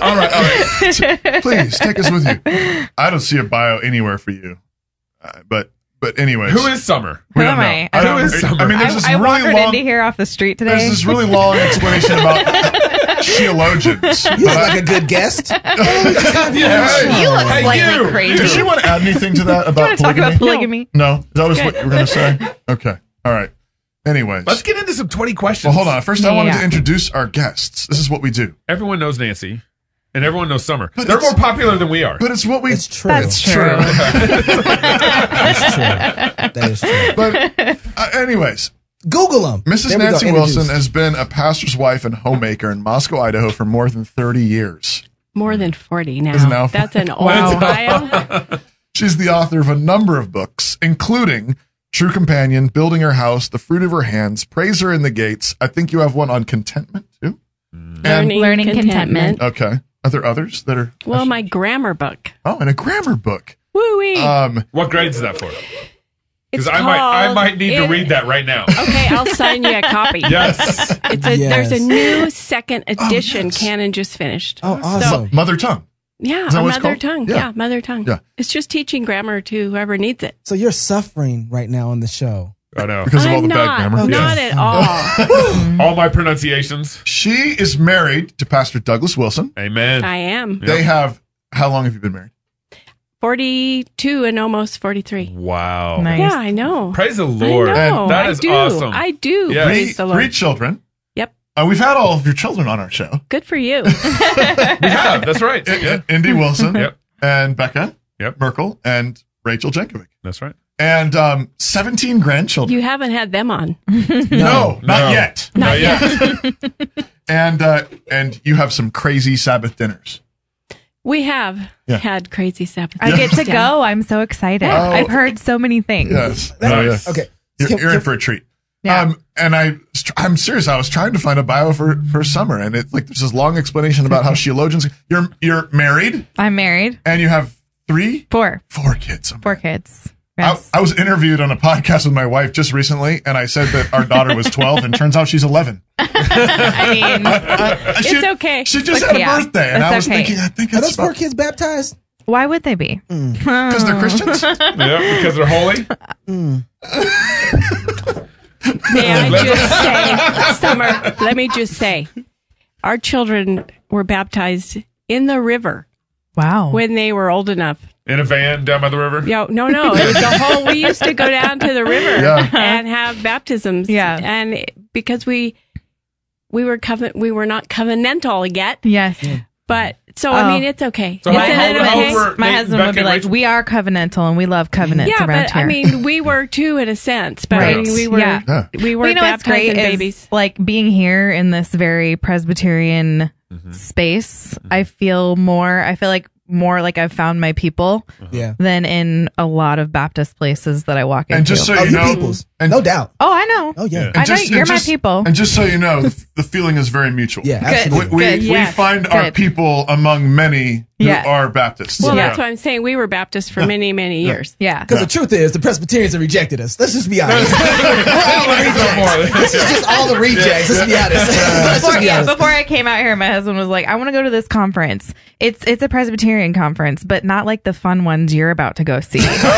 Speaker 1: all right. All right.
Speaker 2: Please take us with you. I don't see a bio anywhere for you, uh, but but anyways,
Speaker 1: Who is Summer?
Speaker 2: We
Speaker 4: Who
Speaker 2: don't
Speaker 4: am
Speaker 2: know.
Speaker 4: I?
Speaker 2: I
Speaker 1: Who
Speaker 2: don't.
Speaker 1: is
Speaker 2: I
Speaker 1: Summer?
Speaker 2: mean,
Speaker 4: I,
Speaker 2: there's this
Speaker 4: I
Speaker 2: really
Speaker 4: walkered
Speaker 2: long.
Speaker 4: into here off the street today.
Speaker 2: There's this really long explanation about theologians.
Speaker 3: You look like a good guest.
Speaker 1: Yeah.
Speaker 4: you look
Speaker 1: Hey,
Speaker 4: slightly
Speaker 1: you.
Speaker 4: crazy.
Speaker 2: Does she want to add anything to that
Speaker 4: you want
Speaker 2: about
Speaker 4: to talk
Speaker 2: polygamy?
Speaker 4: about polygamy?
Speaker 2: no, that was what you were going to say. Okay, all right. Anyways,
Speaker 1: Let's get into some 20 questions.
Speaker 2: well, hold on. First, I wanted
Speaker 4: Yeah.
Speaker 2: to introduce our guests. This is what we do,
Speaker 1: Everyone knows Nancy and everyone knows Summer.
Speaker 2: But
Speaker 1: They're
Speaker 2: it's-
Speaker 1: more popular than we are.
Speaker 2: but it's what we.
Speaker 3: It's true.
Speaker 4: That's true.
Speaker 3: That's true. That is true.
Speaker 2: But uh, anyways,
Speaker 3: Google them.
Speaker 2: Mrs. Nancy Wilson has been a pastor's wife and homemaker in Moscow, Idaho, for more than 30 years.
Speaker 5: More than 40 now.
Speaker 2: Is it now?
Speaker 5: That's an old
Speaker 1: Wow.
Speaker 5: Ohio.
Speaker 2: She's the author of a number of books, including True Companion, Building Her House, The Fruit of Her Hands, Praise Her in the Gates. I think you have one on contentment too.
Speaker 5: Mm. Learning,
Speaker 4: Learning
Speaker 5: contentment.
Speaker 4: contentment.
Speaker 2: Okay. Are there others that are?
Speaker 5: Well, my grammar book.
Speaker 2: Oh, and a grammar book.
Speaker 5: Woo-wee.
Speaker 2: Um,
Speaker 1: What grade's is that for?
Speaker 5: It's
Speaker 1: Because I might, I
Speaker 5: called-
Speaker 1: might need to
Speaker 5: it-
Speaker 1: read that right now.
Speaker 5: Okay, I'll sign you a copy.
Speaker 1: Yes.
Speaker 5: It's a,
Speaker 3: Yes.
Speaker 5: There's a new second
Speaker 2: Oh,
Speaker 5: edition
Speaker 2: yes.
Speaker 5: canon just finished.
Speaker 3: Oh,
Speaker 5: So,
Speaker 3: awesome.
Speaker 2: mother tongue.
Speaker 5: yeah,
Speaker 2: Is that what it's
Speaker 5: mother
Speaker 2: called?
Speaker 5: tongue.
Speaker 2: Yeah.
Speaker 5: Yeah. mother tongue.
Speaker 2: Yeah.
Speaker 5: It's just teaching grammar to whoever needs it.
Speaker 3: So you're suffering right now on the show.
Speaker 1: I know.
Speaker 2: Because of all
Speaker 5: I'm
Speaker 2: the bad
Speaker 5: not,
Speaker 2: grammar.
Speaker 5: Not
Speaker 3: Yes.
Speaker 5: at all.
Speaker 1: All my pronunciations.
Speaker 2: She is married to Pastor Douglas Wilson.
Speaker 1: Amen.
Speaker 5: I am
Speaker 1: Yeah.
Speaker 2: They have. How long have you been married?
Speaker 5: 42 and almost 43.
Speaker 1: Wow.
Speaker 4: Nice.
Speaker 5: Yeah, I know.
Speaker 1: Praise the
Speaker 5: I
Speaker 1: Lord.
Speaker 5: know.
Speaker 1: That
Speaker 5: I
Speaker 1: is
Speaker 5: do.
Speaker 1: awesome.
Speaker 5: I do.
Speaker 1: Yeah.
Speaker 2: Three,
Speaker 5: Praise the Lord.
Speaker 2: three children.
Speaker 5: Yep.
Speaker 2: Uh, we've had all of your children on our show.
Speaker 5: Good for you.
Speaker 1: we have. That's right. Yeah.
Speaker 2: Indy Wilson.
Speaker 1: Yep.
Speaker 2: And Becca.
Speaker 1: Yep.
Speaker 2: Merkel and Rachel Jankovic.
Speaker 1: That's right.
Speaker 2: and um, 17 grandchildren.
Speaker 5: you haven't had them on.
Speaker 2: no, not
Speaker 1: No.
Speaker 2: yet.
Speaker 1: Not yet.
Speaker 2: And uh, and you have some crazy Sabbath dinners.
Speaker 5: We have
Speaker 2: Yeah.
Speaker 5: had crazy Sabbath.
Speaker 4: I get to
Speaker 5: Yeah.
Speaker 4: go. I'm so excited.
Speaker 2: Oh.
Speaker 4: I've heard so many things.
Speaker 2: Yes,
Speaker 1: Nice.
Speaker 3: Okay.
Speaker 2: you're,
Speaker 3: Can-
Speaker 2: you're in
Speaker 3: can-
Speaker 2: for a treat.
Speaker 4: Yeah.
Speaker 2: Um, and I, I'm serious. I was trying to find a bio for, for summer, and it's like there's this long explanation about how theologians. You're you're married,
Speaker 4: I'm married.
Speaker 2: and you have three,
Speaker 4: Four.
Speaker 2: four kids. I'm
Speaker 4: Four kids.
Speaker 2: I,
Speaker 4: Yes.
Speaker 2: I was interviewed on a podcast with my wife just recently, and I said that our daughter was 12, and turns out she's 11.
Speaker 4: I mean,
Speaker 2: It's
Speaker 5: okay.
Speaker 2: She just
Speaker 4: But
Speaker 2: had a
Speaker 4: yeah,
Speaker 2: birthday, and
Speaker 4: that's
Speaker 2: I was
Speaker 4: okay.
Speaker 2: thinking, I think
Speaker 3: Are
Speaker 2: it's
Speaker 3: those four
Speaker 2: about-
Speaker 3: kids baptized?
Speaker 4: why would they be?
Speaker 2: because they're Christians.
Speaker 1: Yeah, because they're holy.
Speaker 5: May I just say, Summer, let me just say, our children were baptized in the river
Speaker 4: Wow.
Speaker 5: when they were old enough.
Speaker 1: In a van down by the river.
Speaker 5: Yo, no, no, it was a whole. We used to go down to the river
Speaker 2: Yeah.
Speaker 5: and have baptisms.
Speaker 4: Yeah.
Speaker 5: and it- because we we were coven, we were not covenantal yet,
Speaker 4: yes.
Speaker 5: but so
Speaker 4: Oh.
Speaker 5: I mean, it's okay.
Speaker 1: So
Speaker 4: My
Speaker 1: how-
Speaker 5: Isn't it
Speaker 1: how
Speaker 5: okay?
Speaker 1: old were-
Speaker 4: husband, my
Speaker 1: Nate,
Speaker 4: husband would
Speaker 1: Becca,
Speaker 4: be like,
Speaker 1: Rachel?
Speaker 4: we are covenantal and we love covenants
Speaker 5: yeah,
Speaker 4: around
Speaker 5: but
Speaker 4: here.
Speaker 5: I mean, we were too in a sense, but I
Speaker 4: Right.
Speaker 5: mean, we were
Speaker 4: Yeah.
Speaker 2: Yeah.
Speaker 5: we were
Speaker 4: Well, you know what's
Speaker 5: baptizing
Speaker 4: great is
Speaker 5: babies.
Speaker 4: like being here in this very Presbyterian space. I feel more. I feel like more like I've found my people
Speaker 3: Yeah.
Speaker 4: than in a lot lot of Baptist places that I walk into.
Speaker 2: And just so
Speaker 3: Oh,
Speaker 2: you
Speaker 3: you
Speaker 2: know,
Speaker 3: peoples.
Speaker 2: and-
Speaker 3: no doubt.
Speaker 4: oh, I know.
Speaker 3: Oh, yeah.
Speaker 4: I know
Speaker 2: just-
Speaker 4: you're
Speaker 2: and
Speaker 4: my
Speaker 2: just-
Speaker 4: people.
Speaker 2: And just so you know, th- the feeling is very mutual.
Speaker 3: Yeah,
Speaker 4: Good.
Speaker 2: We,
Speaker 3: absolutely.
Speaker 2: we,
Speaker 4: Good,
Speaker 2: we
Speaker 4: yes.
Speaker 2: find our
Speaker 4: Good.
Speaker 2: people among many who
Speaker 4: Yeah.
Speaker 2: are Baptists.
Speaker 5: Well,
Speaker 1: Yeah.
Speaker 5: that's what I'm saying. We were Baptists for many, many years.
Speaker 4: yeah.
Speaker 3: Because the truth is, the Presbyterians have rejected us. Let's just be honest. We're all the rejects. This is just all the rejects. Let's be honest. Let's
Speaker 4: Before,
Speaker 3: just be
Speaker 4: yeah,
Speaker 3: honest.
Speaker 4: before I came out here, my husband was like, "I want to go to this conference. It's it's a Presbyterian conference, but not like the fun ones you're about to go see."
Speaker 3: Can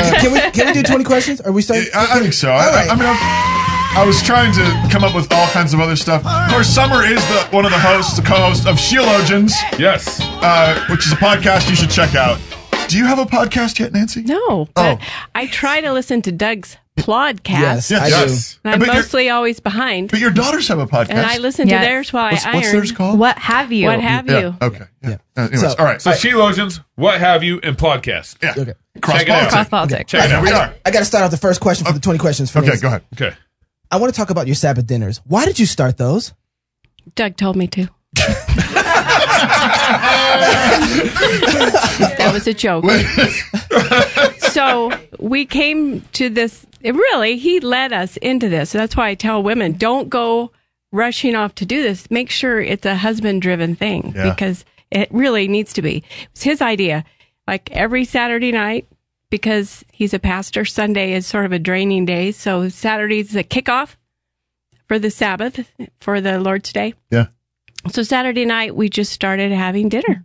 Speaker 3: we, can, we, can we do 20 questions? Are we starting?
Speaker 2: I, I think so. I,
Speaker 3: All right.
Speaker 2: I, I mean, I'm, I was trying to come up with all kinds of other stuff. Of course, Summer is the one of the hosts, the co-host of Sheologians,
Speaker 1: Yes.
Speaker 2: uh, which is a podcast you should check out. Do you have a podcast yet, Nancy?
Speaker 5: No,
Speaker 2: Oh.
Speaker 5: but I try to listen to Doug's podcast.
Speaker 3: Yes, I
Speaker 2: Yes.
Speaker 5: And I'm
Speaker 2: But your-
Speaker 5: mostly always behind.
Speaker 2: But your daughters have a podcast.
Speaker 5: and I listen
Speaker 4: Yes.
Speaker 5: to theirs while
Speaker 2: what's,
Speaker 5: I iron.
Speaker 2: what's theirs called?
Speaker 4: what have you?
Speaker 5: What have
Speaker 2: Yeah.
Speaker 5: you?
Speaker 2: Okay. Yeah. Uh, anyways,
Speaker 3: So-
Speaker 2: all right.
Speaker 1: So theologians, what have you, and podcast.
Speaker 2: yeah.
Speaker 3: Okay.
Speaker 2: Cross
Speaker 1: Check it out.
Speaker 4: Cross politics.
Speaker 1: Check it
Speaker 2: Yeah,
Speaker 1: out.
Speaker 2: we
Speaker 3: I,
Speaker 2: are.
Speaker 3: I got to start out the first question for the 20 questions. For
Speaker 2: Okay,
Speaker 3: this.
Speaker 2: go ahead.
Speaker 1: Okay.
Speaker 3: I want to talk about your Sabbath dinners. Why did you start those?
Speaker 5: Doug told me to. that was a joke. so we came to this. It really, he led us into this. That's why I tell women don't go rushing off to do this. Make sure it's a husband driven thing
Speaker 2: Yeah.
Speaker 5: because it really needs to be. It's his idea. Like every Saturday night, because he's a pastor, Sunday is sort of a draining day. So Saturday's the kickoff for the Sabbath, for the Lord's Day.
Speaker 2: Yeah.
Speaker 5: So Saturday night, we just started having dinner,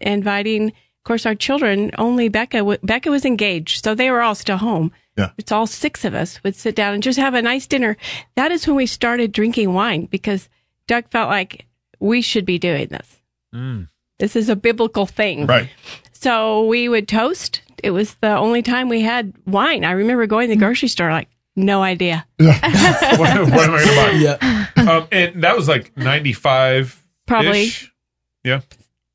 Speaker 5: inviting, of course, our children. Only Becca, w- Becca was engaged, so they were all still home.
Speaker 2: Yeah.
Speaker 5: It's all six of us would sit down and just have a nice dinner. That is when we started drinking wine because Doug felt like we should be doing this. This is a biblical thing.
Speaker 2: Right.
Speaker 5: So we would toast. It was the only time we had wine. I remember going to the grocery store, like, no idea.
Speaker 1: what, what am I
Speaker 3: Yeah.
Speaker 1: going to buy? Um, and that was like 95
Speaker 5: Probably,
Speaker 1: Yeah.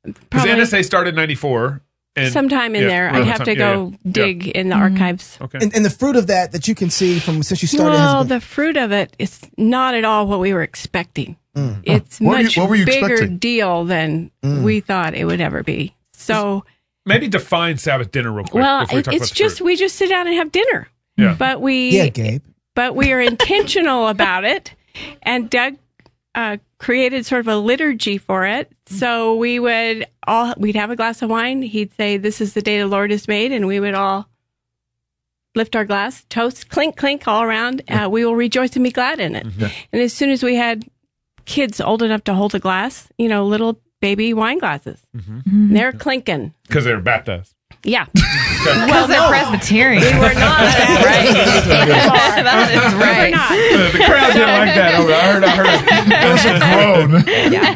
Speaker 1: Because
Speaker 5: probably
Speaker 1: NSA started 94. And
Speaker 5: sometime in
Speaker 1: yeah,
Speaker 5: there.
Speaker 1: around
Speaker 5: I'd have
Speaker 1: time-
Speaker 5: to
Speaker 1: yeah,
Speaker 5: go
Speaker 1: yeah, yeah.
Speaker 5: dig in the archives.
Speaker 1: Okay.
Speaker 3: And, and the fruit of that that you can see from since you
Speaker 5: No,
Speaker 3: started has been,
Speaker 5: the fruit of it is not at all what we were expecting. It's
Speaker 2: What were you-
Speaker 5: much
Speaker 2: what were you
Speaker 5: bigger
Speaker 2: expecting?
Speaker 5: deal than we thought it would ever be. So,
Speaker 1: Maybe define Sabbath dinner real quick.
Speaker 5: well,
Speaker 1: before we
Speaker 5: it-
Speaker 1: talk
Speaker 5: it's
Speaker 1: about the fruit.
Speaker 5: just we just sit down and have dinner.
Speaker 1: Yeah.
Speaker 5: But we
Speaker 3: yeah, Gabe.
Speaker 5: but we are intentional about it. And Doug uh, created sort of a liturgy for it. So we would all we'd have a glass of wine. He'd say, "This is the day the Lord has made," and we would all lift our glass, toast, clink, clink, all around. Uh, we will rejoice and be glad in it. And as soon as we had kids old enough to hold a glass, you know, little baby wine glasses, they're clinking.
Speaker 1: because they were baptized.
Speaker 5: Yeah,
Speaker 4: Because they're Presbyterian.
Speaker 5: we were
Speaker 4: right.
Speaker 5: not.
Speaker 4: that is
Speaker 5: We were
Speaker 4: right.
Speaker 5: not.
Speaker 1: the crowd didn't like that. I heard. I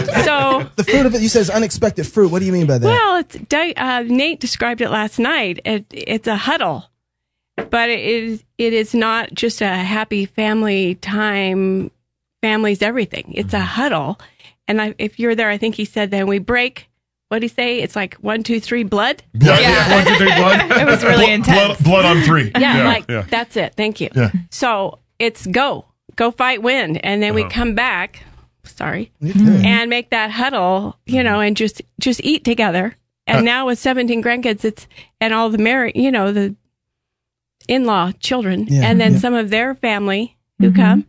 Speaker 1: heard.
Speaker 2: Grown.
Speaker 3: So, but
Speaker 5: So
Speaker 3: the fruit of it, you said, is unexpected fruit. What do you mean by that?
Speaker 5: Well, it's, Doug- uh, Nate described it last night. It, it's a huddle, but it is it is not just a happy family time. Family's everything. It's a huddle, and I, if you're there, I think he said then we break. What do he say? It's like one, two, three, blood.
Speaker 2: Yeah.
Speaker 1: One, two, three, blood.
Speaker 4: It was really intense.
Speaker 2: Blood, blood on three.
Speaker 5: Yeah, like
Speaker 1: yeah.
Speaker 5: that's it. Thank you.
Speaker 2: Yeah.
Speaker 5: So it's go, go fight, win, and then we
Speaker 1: Uh-huh.
Speaker 5: come back. Sorry,
Speaker 2: Mm.
Speaker 3: Yeah.
Speaker 5: and make that huddle, you know, and just just eat together.
Speaker 3: Uh,
Speaker 5: And now with 17 grandkids, it's and all the married, you know, the in-law children,
Speaker 3: Yeah.
Speaker 5: and then
Speaker 3: Yeah. Mm-hmm.
Speaker 5: some of their family who come,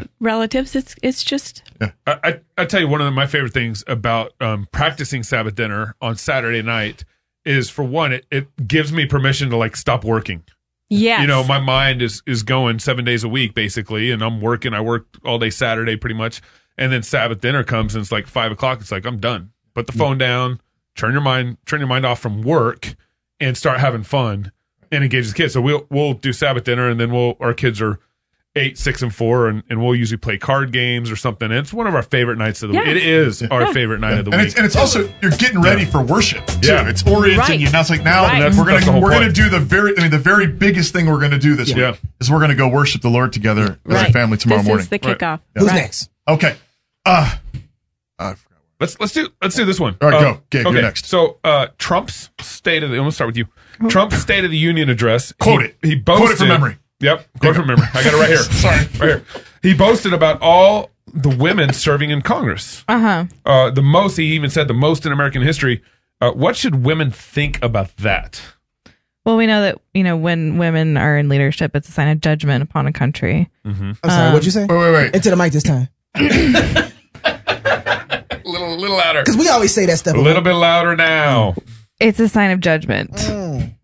Speaker 1: Yeah.
Speaker 5: relatives. It's it's just
Speaker 1: I, I, I tell you, one of my favorite things about um, practicing Sabbath dinner on Saturday night is, for one, it, it gives me permission to like stop working.
Speaker 5: yes,
Speaker 1: You know, my mind is is going seven days a week basically, and I'm working. I work all day Saturday pretty much, and then Sabbath dinner comes and it's like five o'clock. It's like I'm done. Put
Speaker 2: Mm.
Speaker 1: the phone down. Turn your mind turn your mind off from work and start having fun and engage the kids. So we'll we'll do Sabbath dinner and then we'll our kids are eight, six, and four, and, and we'll usually play card games or something. And it's one of our favorite nights of the
Speaker 5: Yeah.
Speaker 1: week. It is our favorite night of the
Speaker 2: And
Speaker 1: week.
Speaker 2: it's, and it's also you're getting ready for worship too.
Speaker 1: Yeah.
Speaker 2: It's orienting
Speaker 5: Right.
Speaker 2: you. Now it's like now
Speaker 5: Right. That's-
Speaker 2: we're
Speaker 1: that's the
Speaker 2: gonna
Speaker 1: whole
Speaker 2: we're gonna
Speaker 1: point.
Speaker 2: do the very I mean the very biggest thing we're gonna do this
Speaker 1: Yeah.
Speaker 2: week is we're gonna go worship the Lord together as a family tomorrow
Speaker 5: this
Speaker 2: morning.
Speaker 5: is the
Speaker 1: Right.
Speaker 5: kickoff.
Speaker 3: Who's
Speaker 5: Right.
Speaker 3: next?
Speaker 2: okay. Uh I forgot.
Speaker 1: Let's let's do let's do this one. Um,
Speaker 2: All right, go. Gabe, you're next.
Speaker 1: So uh, Trump's State of the I'm gonna start with you. Trump's State of the Union address.
Speaker 2: Quote
Speaker 1: he,
Speaker 2: it.
Speaker 1: He
Speaker 2: Quote
Speaker 1: boasted
Speaker 2: it from memory.
Speaker 1: Yep, quote from memory. I got it right here.
Speaker 2: Sorry.
Speaker 1: right here. He boasted about all the women serving in Congress.
Speaker 4: Uh huh.
Speaker 1: Uh, the most he even said the most in American history. Uh, what should women think about that?
Speaker 4: Well, we know that you know when women are in leadership, it's a sign of judgment upon a country.
Speaker 3: I'm sorry. what'd you say?
Speaker 2: Wait, wait, wait.
Speaker 3: Into the mic this time,
Speaker 1: A little little louder.
Speaker 3: because we always say that stuff.
Speaker 1: A little bit louder now.
Speaker 4: It's a sign of judgment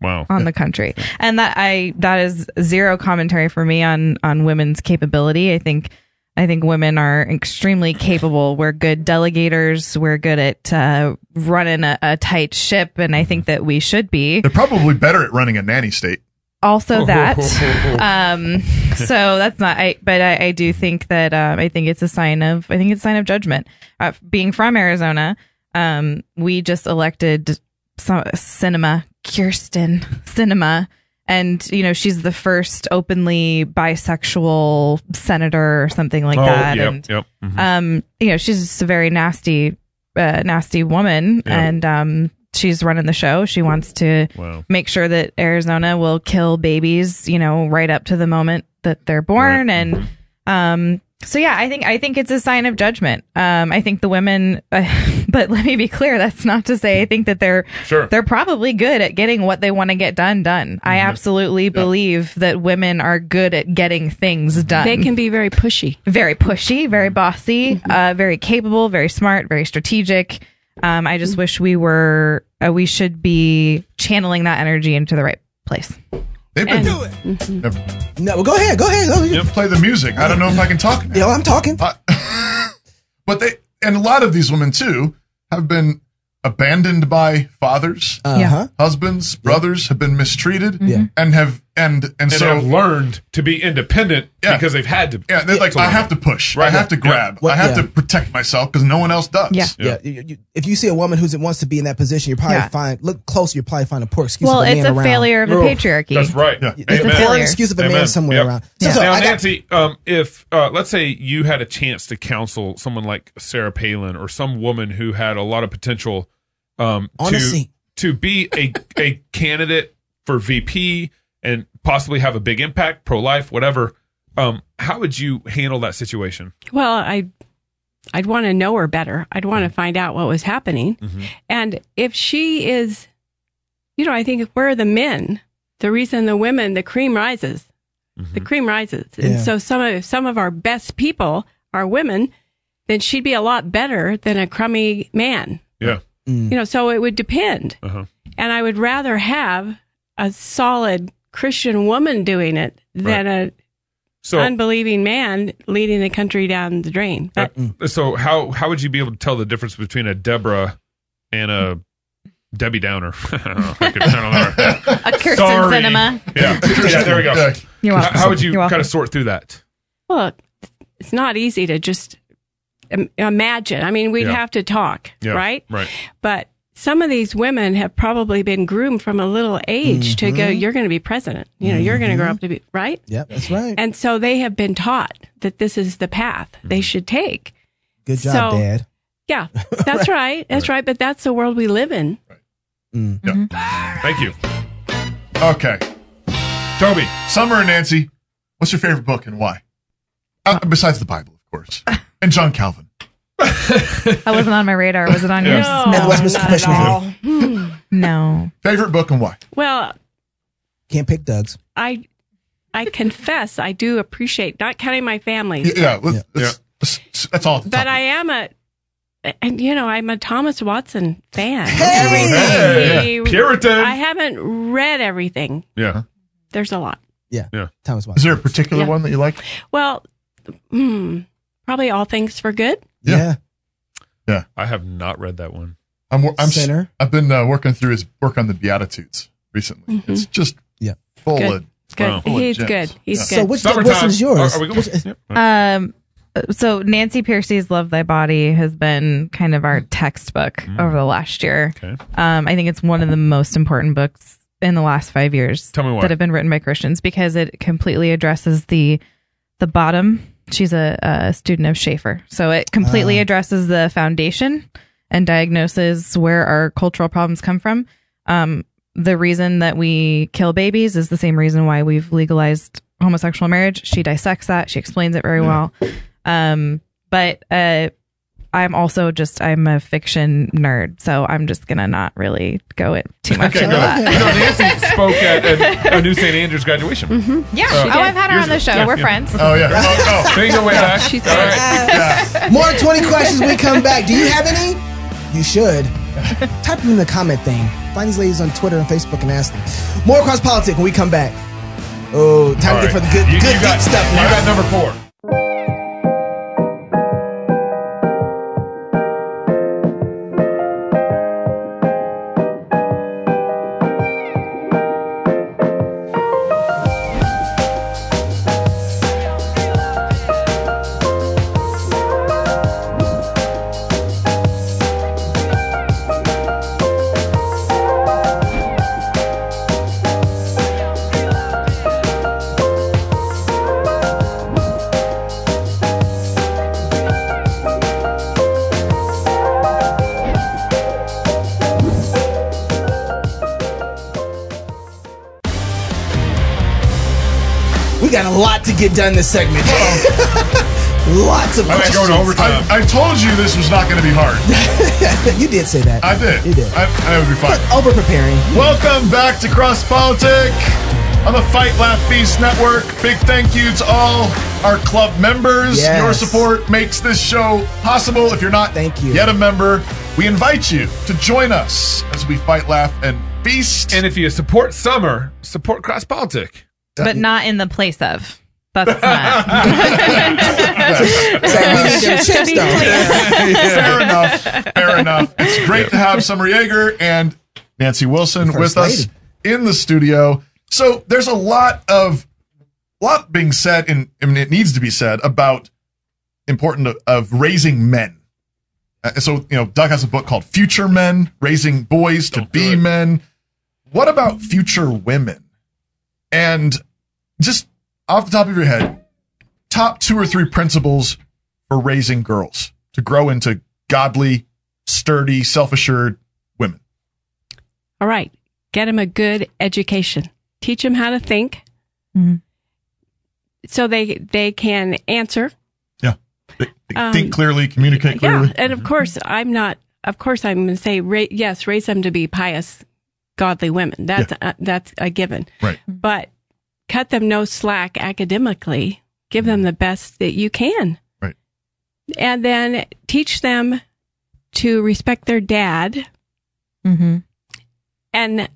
Speaker 1: Wow.
Speaker 4: on the country, and that I that is zero commentary for me on on women's capability. I think I think women are extremely capable. We're good delegators. We're good at uh, running a, a tight ship, and I think that we should be.
Speaker 2: They're probably better at running a nanny state.
Speaker 4: also that
Speaker 1: Oh,
Speaker 4: um so that's not i but i, I do think that um, i think it's a sign of i think it's a sign of judgment uh, being from arizona um we just elected some cinema kirsten cinema and you know she's the first openly bisexual senator or something like
Speaker 1: oh,
Speaker 4: that
Speaker 1: yep,
Speaker 4: and
Speaker 1: yep. mhm.
Speaker 4: um you know she's just a very nasty uh, nasty woman
Speaker 1: Yeah.
Speaker 4: and um she's running the show she wants to
Speaker 1: Wow.
Speaker 4: make sure that Arizona will kill babies, you know, right up to the moment that they're born. And um, so, yeah, I think I think it's a sign of judgment. Um, I think the women, but let me be clear, that's not to say I think that they're
Speaker 1: Sure.
Speaker 4: they're probably good at getting what they want to get done done. I
Speaker 1: Mm-hmm.
Speaker 4: absolutely believe that women are good at getting
Speaker 1: Mm-hmm.
Speaker 4: things done.
Speaker 5: They can be very pushy.
Speaker 4: very pushy, very bossy, uh, very capable, very smart, very strategic. Um, I just wish we were, uh, we should be channeling that energy into the right place.
Speaker 2: They've been
Speaker 5: Do
Speaker 2: it.
Speaker 3: No, well, go ahead. Go ahead. Go ahead.
Speaker 2: play the music. I don't know if I can talk. now.
Speaker 3: You know, I'm talking.
Speaker 2: I- but they and a lot of these women too have been abandoned by fathers,
Speaker 3: Uh
Speaker 4: Uh-huh.
Speaker 3: huh.
Speaker 2: husbands, brothers have been mistreated
Speaker 3: Yeah.
Speaker 2: and have and and,
Speaker 1: And
Speaker 2: so
Speaker 1: have learned to be independent
Speaker 2: Yeah.
Speaker 1: because they've had to.
Speaker 2: yeah, they're like
Speaker 1: So-
Speaker 2: I have to push, I
Speaker 1: Right,
Speaker 2: have to
Speaker 1: yeah.
Speaker 2: grab,
Speaker 3: Well,
Speaker 2: I have
Speaker 3: yeah.
Speaker 2: to protect myself because no one else does.
Speaker 4: Yeah.
Speaker 3: Yeah. you- you- if you see a woman who wants to be in that position, you probably
Speaker 4: Yeah.
Speaker 3: find look closer. You probably find a poor excuse.
Speaker 4: Well,
Speaker 3: of a
Speaker 4: it's
Speaker 3: man
Speaker 4: a
Speaker 3: around.
Speaker 4: failure of the
Speaker 1: Oh,
Speaker 4: patriarchy.
Speaker 1: That's right.
Speaker 2: Yeah.
Speaker 3: It's
Speaker 1: Amen.
Speaker 3: a poor
Speaker 4: failure.
Speaker 3: excuse of a
Speaker 1: Amen.
Speaker 3: man somewhere
Speaker 1: Yep.
Speaker 3: around. So, so
Speaker 1: now,
Speaker 3: I got-
Speaker 1: Nancy, um, if uh, let's say you had a chance to counsel someone like Sarah Palin or some woman who had a lot of potential um,
Speaker 3: On a
Speaker 1: to
Speaker 3: seat.
Speaker 1: to be a a candidate for VP and possibly have a big impact, pro life, whatever. Um, how would you handle that situation?
Speaker 5: Well, I I'd want to know her better. I'd want to find out what was happening. And if she is you know, I think where are the men? The reason the women, the cream rises. The cream rises.
Speaker 3: Yeah.
Speaker 5: And so some of some of our best people are women, then she'd be a lot better than a crummy man.
Speaker 1: Yeah.
Speaker 5: You know, so it would depend.
Speaker 1: Uh-huh.
Speaker 5: And I would rather have a solid Christian woman doing it than a
Speaker 1: So
Speaker 5: unbelieving man leading the country down the drain. That-
Speaker 1: uh, so how how would you be able to tell the difference between a Deborah and a Debbie Downer? I could- I don't know.
Speaker 4: A Kirsten
Speaker 1: Sorry.
Speaker 4: cinema.
Speaker 1: Yeah. yeah, there we go.
Speaker 2: Yeah.
Speaker 4: You're
Speaker 1: How,
Speaker 4: welcome.
Speaker 1: how would you
Speaker 4: You're welcome.
Speaker 1: kind of sort through that?
Speaker 5: Well, it's not easy to just im- imagine. I mean, we'd
Speaker 1: Yeah.
Speaker 5: have to talk,
Speaker 1: Yeah,
Speaker 5: right?
Speaker 1: Right.
Speaker 5: But some of these women have probably been groomed from a little age to go,
Speaker 1: Mm-hmm.
Speaker 5: you're going to be president. You know, you're going to grow up to be, right?
Speaker 3: Yep, that's right.
Speaker 5: And so they have been taught that this is the path
Speaker 1: Mm-hmm.
Speaker 5: they should take.
Speaker 3: Good job,
Speaker 5: so-
Speaker 3: Dad.
Speaker 5: Yeah, that's right. That's right. But that's the world we live in.
Speaker 1: Thank you,
Speaker 2: Okay,
Speaker 1: Toby.
Speaker 2: Summer and Nancy, what's your favorite book and why? Uh, besides the Bible, of course, and John Calvin.
Speaker 4: I wasn't on my radar. Was it on
Speaker 1: Yeah.
Speaker 4: yours?
Speaker 3: That was Mr. Cushman.
Speaker 4: No.
Speaker 2: Favorite book and why?
Speaker 5: Well,
Speaker 3: Can't pick Doug's.
Speaker 5: I I confess I do appreciate not counting my family,
Speaker 2: Yeah, yeah, let's- let's- let's- that's all. at the
Speaker 5: but
Speaker 2: top.
Speaker 5: I am a and you know I'm a Thomas Watson fan.
Speaker 1: Hey,
Speaker 5: He-
Speaker 1: Puritan.
Speaker 5: I haven't read everything.
Speaker 1: yeah.
Speaker 5: There's a lot.
Speaker 3: Thomas
Speaker 2: Is
Speaker 3: Watson.
Speaker 2: there a particular
Speaker 5: Yeah.
Speaker 2: one that you like?
Speaker 5: Well, hmm, probably all things for good.
Speaker 2: Yeah.
Speaker 3: yeah.
Speaker 1: I have not read that one.
Speaker 2: I'm, wor- I'm
Speaker 3: Sinner.
Speaker 2: I've been uh, working through his work on the Beatitudes recently. It's just
Speaker 3: Yeah.
Speaker 2: full
Speaker 5: Mm-hmm. Good.
Speaker 2: of
Speaker 5: Good.
Speaker 2: Wow.
Speaker 5: He's
Speaker 2: Full of
Speaker 5: good.
Speaker 2: gems.
Speaker 5: He's
Speaker 2: Yeah.
Speaker 5: good.
Speaker 3: So which
Speaker 1: Summertime.
Speaker 3: which one's yours?
Speaker 1: Are, are we
Speaker 3: Which-
Speaker 1: going? Yeah.
Speaker 4: Um, so Nancy Piercy's "Love Thy Body" has been kind of our textbook over the last year.
Speaker 1: Hmm. Okay.
Speaker 4: Um, I think it's one of the most important books in the last five years
Speaker 1: Tell me why.
Speaker 4: that have been written by Christians because it completely addresses the the bottom. She's a, a student of Schaefer, so it completely
Speaker 1: Ah.
Speaker 4: addresses the foundation and diagnoses where our cultural problems come from. Um, the reason that we kill babies is the same reason why we've legalized homosexual marriage. She dissects that. She explains it very well. Um, but uh, I'm also just I'm a fiction nerd, so I'm just gonna not really go it too much
Speaker 1: Okay,
Speaker 4: into
Speaker 1: good.
Speaker 4: that.
Speaker 1: You know, Nancy spoke at, at a new St. Andrew's graduation.
Speaker 4: Yeah. oh, I've had her
Speaker 1: Years
Speaker 4: on the
Speaker 1: ago.
Speaker 4: show.
Speaker 1: Yeah,
Speaker 4: We're
Speaker 1: yeah.
Speaker 4: friends.
Speaker 2: Oh yeah. Oh,
Speaker 1: There you go, way back.
Speaker 5: She's
Speaker 1: All
Speaker 4: Uh,
Speaker 1: right.
Speaker 3: More 20 questions when we come back. Do you have any? You should. Type them in the comment thing. Find these ladies on Twitter and Facebook and ask them. More cross politics when we come back. Oh, time
Speaker 1: All
Speaker 3: to get for
Speaker 1: right.
Speaker 3: the good,
Speaker 1: You- you
Speaker 3: good deep
Speaker 1: got-
Speaker 3: stuff
Speaker 1: You
Speaker 3: now.
Speaker 1: got number four.
Speaker 3: We got a lot to get done this segment. Lots of
Speaker 1: I think
Speaker 3: questions.
Speaker 1: going over
Speaker 2: no. I, I told you this was not going to be hard.
Speaker 3: you did say that.
Speaker 2: I did.
Speaker 3: You did.
Speaker 2: I, I would be fine.
Speaker 3: over preparing.
Speaker 2: Welcome back to Cross Politic on the Fight Laugh Feast Network. Big thank you to all our club members.
Speaker 3: Yes.
Speaker 2: Your support makes this show possible. If you're not
Speaker 3: Thank you.
Speaker 2: yet a member, we invite you to join us as we fight, laugh, and beast.
Speaker 1: And if you support summer, support cross politic.
Speaker 4: but not in the place of. That's not.
Speaker 3: It's like, we need them chips though.
Speaker 2: Fair enough. Fair enough. It's great to have Summer Yeager and Nancy Wilson
Speaker 3: First
Speaker 2: with us
Speaker 3: lady.
Speaker 2: in the studio. So there's a lot of lot being said, and I mean, it needs to be said about important of, of raising men. Uh, so you know, Doug has a book called "Future Men: Raising Boys to
Speaker 1: Don't do
Speaker 2: Be
Speaker 1: it.
Speaker 2: Men." What about future women? And just off the top of your head, top two or three principles for raising girls to grow into godly, sturdy, self assured women.
Speaker 5: All right, get them a good education. Teach them how to think,
Speaker 4: Mhm.
Speaker 5: so they they can answer.
Speaker 2: Yeah. Th-
Speaker 5: Um,
Speaker 2: think clearly, communicate clearly.
Speaker 5: Yeah, and of course I'm not. Of course I'm going to say ra- yes, raise them to be pious, godly women. That's uh, that's a given.
Speaker 2: Right.
Speaker 5: But cut them no slack academically. Give them the best that you can.
Speaker 2: Right.
Speaker 5: And then teach them to respect their dad
Speaker 4: hmm
Speaker 5: and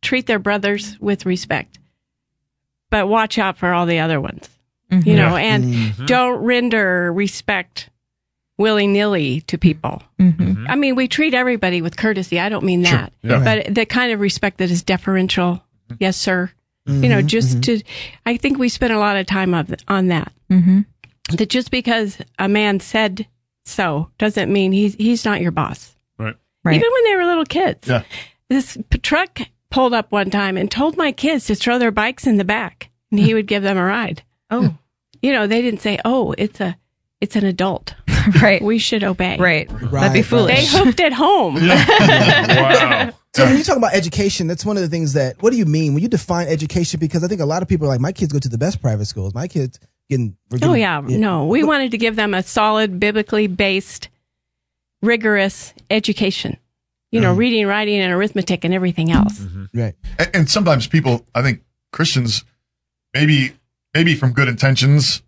Speaker 5: treat their brothers with respect. But watch out for all the other ones, you know, and
Speaker 2: Mm-hmm.
Speaker 5: don't render respect willy nilly to people.
Speaker 4: hmm
Speaker 5: I mean, we treat everybody with courtesy. I don't mean that,
Speaker 2: Mm-hmm. Yeah. Mm-hmm.
Speaker 5: but the kind of respect that is deferential. Yes, sir. You know, just to, I think we spent a lot of time of, on that.
Speaker 4: hmm
Speaker 5: That just because a man said so doesn't mean he's he's not your boss.
Speaker 2: Right.
Speaker 4: Right.
Speaker 5: Even when they were little kids.
Speaker 2: Yeah.
Speaker 5: This p- truck pulled up one time and told my kids to throw their bikes in the back and he would give them a ride.
Speaker 4: Hmm. Oh,
Speaker 5: You know, they didn't say, "Oh, it's a it's an adult.
Speaker 4: right,
Speaker 5: We should obey."
Speaker 4: right. That'd
Speaker 3: Right,
Speaker 4: be
Speaker 3: right.
Speaker 5: They
Speaker 4: foolish.
Speaker 5: hooped at home.
Speaker 1: Wow.
Speaker 3: So when you talk about education, that's one of the things that. What do you mean when you define education? Because I think a lot of people are like, my kids go to the best private schools. My kids getting. we're
Speaker 5: Oh
Speaker 3: getting-
Speaker 5: yeah, no. We wanted to give them a solid, biblically based, rigorous education. You know, reading, writing, and arithmetic, and everything else.
Speaker 3: Right.
Speaker 2: And, and sometimes people, I think Christians, maybe maybe from good intentions,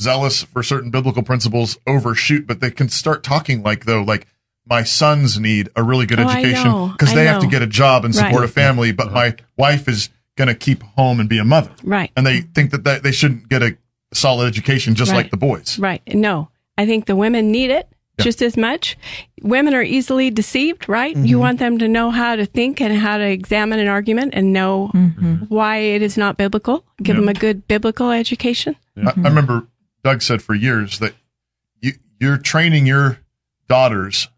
Speaker 2: zealous for certain biblical principles, overshoot, but they can start talking like though, like my sons need a really good
Speaker 5: Oh, I
Speaker 2: education
Speaker 5: know.
Speaker 2: because
Speaker 5: I
Speaker 2: they have to
Speaker 5: know.
Speaker 2: get a job and support
Speaker 5: Right.
Speaker 2: a family, but my wife is going to keep home and be a mother,
Speaker 5: Right,
Speaker 2: and they think that they, they shouldn't get a solid education just
Speaker 5: Right.
Speaker 2: like the boys.
Speaker 5: right. No, I think the women need it
Speaker 2: Yeah.
Speaker 5: just as much. Women are easily deceived, right?
Speaker 2: Mm-hmm.
Speaker 5: You want them to know how to think and how to examine an argument and know
Speaker 4: Mm-hmm.
Speaker 5: why it is not biblical. Give them a good biblical education.
Speaker 2: I, I remember Doug said for years that you, you're training your daughters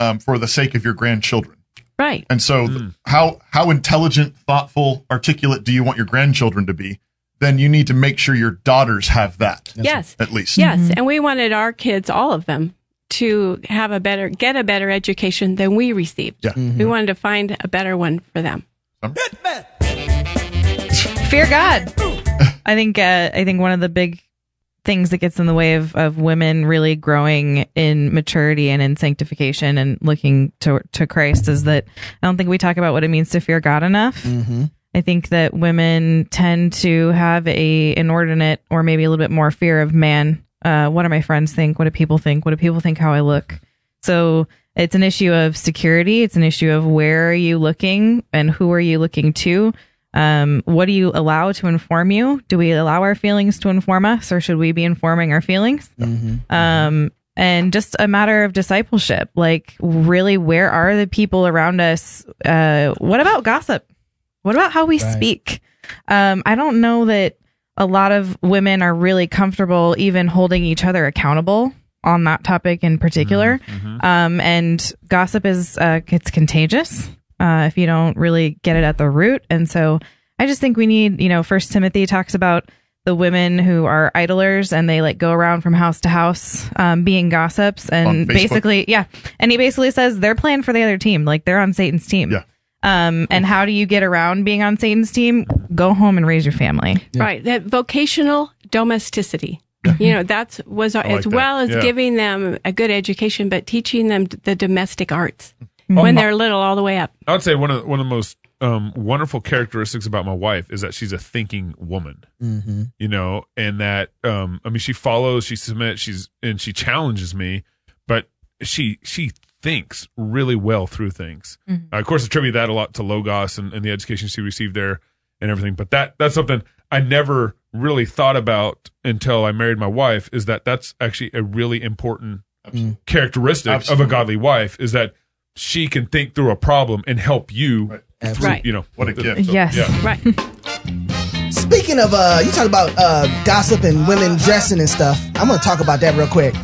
Speaker 2: um, for the sake of your grandchildren.
Speaker 5: Right.
Speaker 2: And so, th- how how intelligent, thoughtful, articulate do you want your grandchildren to be? Then you need to make sure your daughters have that.
Speaker 5: Yes.
Speaker 2: at least.
Speaker 5: Yes, and we wanted our kids, all of them, to have a better, get a better education than we received.
Speaker 2: Yeah.
Speaker 3: Hmm.
Speaker 2: Mm-hmm.
Speaker 5: We wanted to find a better one for them.
Speaker 4: Fear God. I think uh, I think one of the big things that gets in the way of, of women really growing in maturity and in sanctification and looking to to Christ is that I don't think we talk about what it means to fear God enough. I think that women tend to have a inordinate or maybe a little bit more fear of man. Uh, what do my friends think? What do people think? What do people think how I look? So it's an issue of security. It's an issue of where are you looking and who are you looking to? Um, what do you allow to inform you? Do we allow our feelings to inform us or should we be informing our feelings? um, and just a matter of discipleship. Like, really, where are the people around us? Uh, what about gossip? What about how we speak? Um, I don't know that a lot of women are really comfortable even holding each other accountable on that topic in particular.
Speaker 2: Mm-hmm.
Speaker 4: Um, and gossip is uh, it's contagious uh, if you don't really get it at the root. And so I just think we need, you know, First Timothy talks about the women who are idlers and they like go around from house to house um, being gossips
Speaker 2: On
Speaker 4: and
Speaker 2: Facebook.
Speaker 4: basically yeah and he basically says they're playing for the other team like they're on satan's team
Speaker 2: Yeah.
Speaker 4: um, and how do you get around being on Satan's team? Go home and raise your family.
Speaker 5: Right. That vocational domesticity. You know, that's was our,
Speaker 2: like
Speaker 5: as
Speaker 2: that.
Speaker 5: well as
Speaker 2: Yeah.
Speaker 5: giving them a good education, but teaching them the domestic arts when they're little, all the way up.
Speaker 1: I would say one of one of the most um, wonderful characteristics about my wife is that she's a thinking woman. You know, and that um, I mean, she follows, she submits, she's and she challenges me, but she she thinks really well through things. I, of course, attribute that a lot to Logos and, and the education she received there and everything. But that that's something I never really thought about until I married my wife. Is that that's actually a really important characteristic of
Speaker 2: Absolutely.
Speaker 1: a godly wife is that she can think through a problem and help you. through,
Speaker 5: Right.
Speaker 1: You know
Speaker 2: What a
Speaker 1: the-
Speaker 2: gift.
Speaker 4: Yes.
Speaker 1: Yeah.
Speaker 5: Right.
Speaker 3: Speaking of, uh, you talk about uh, gossip and women dressing and stuff. I'm going to talk about that real quick.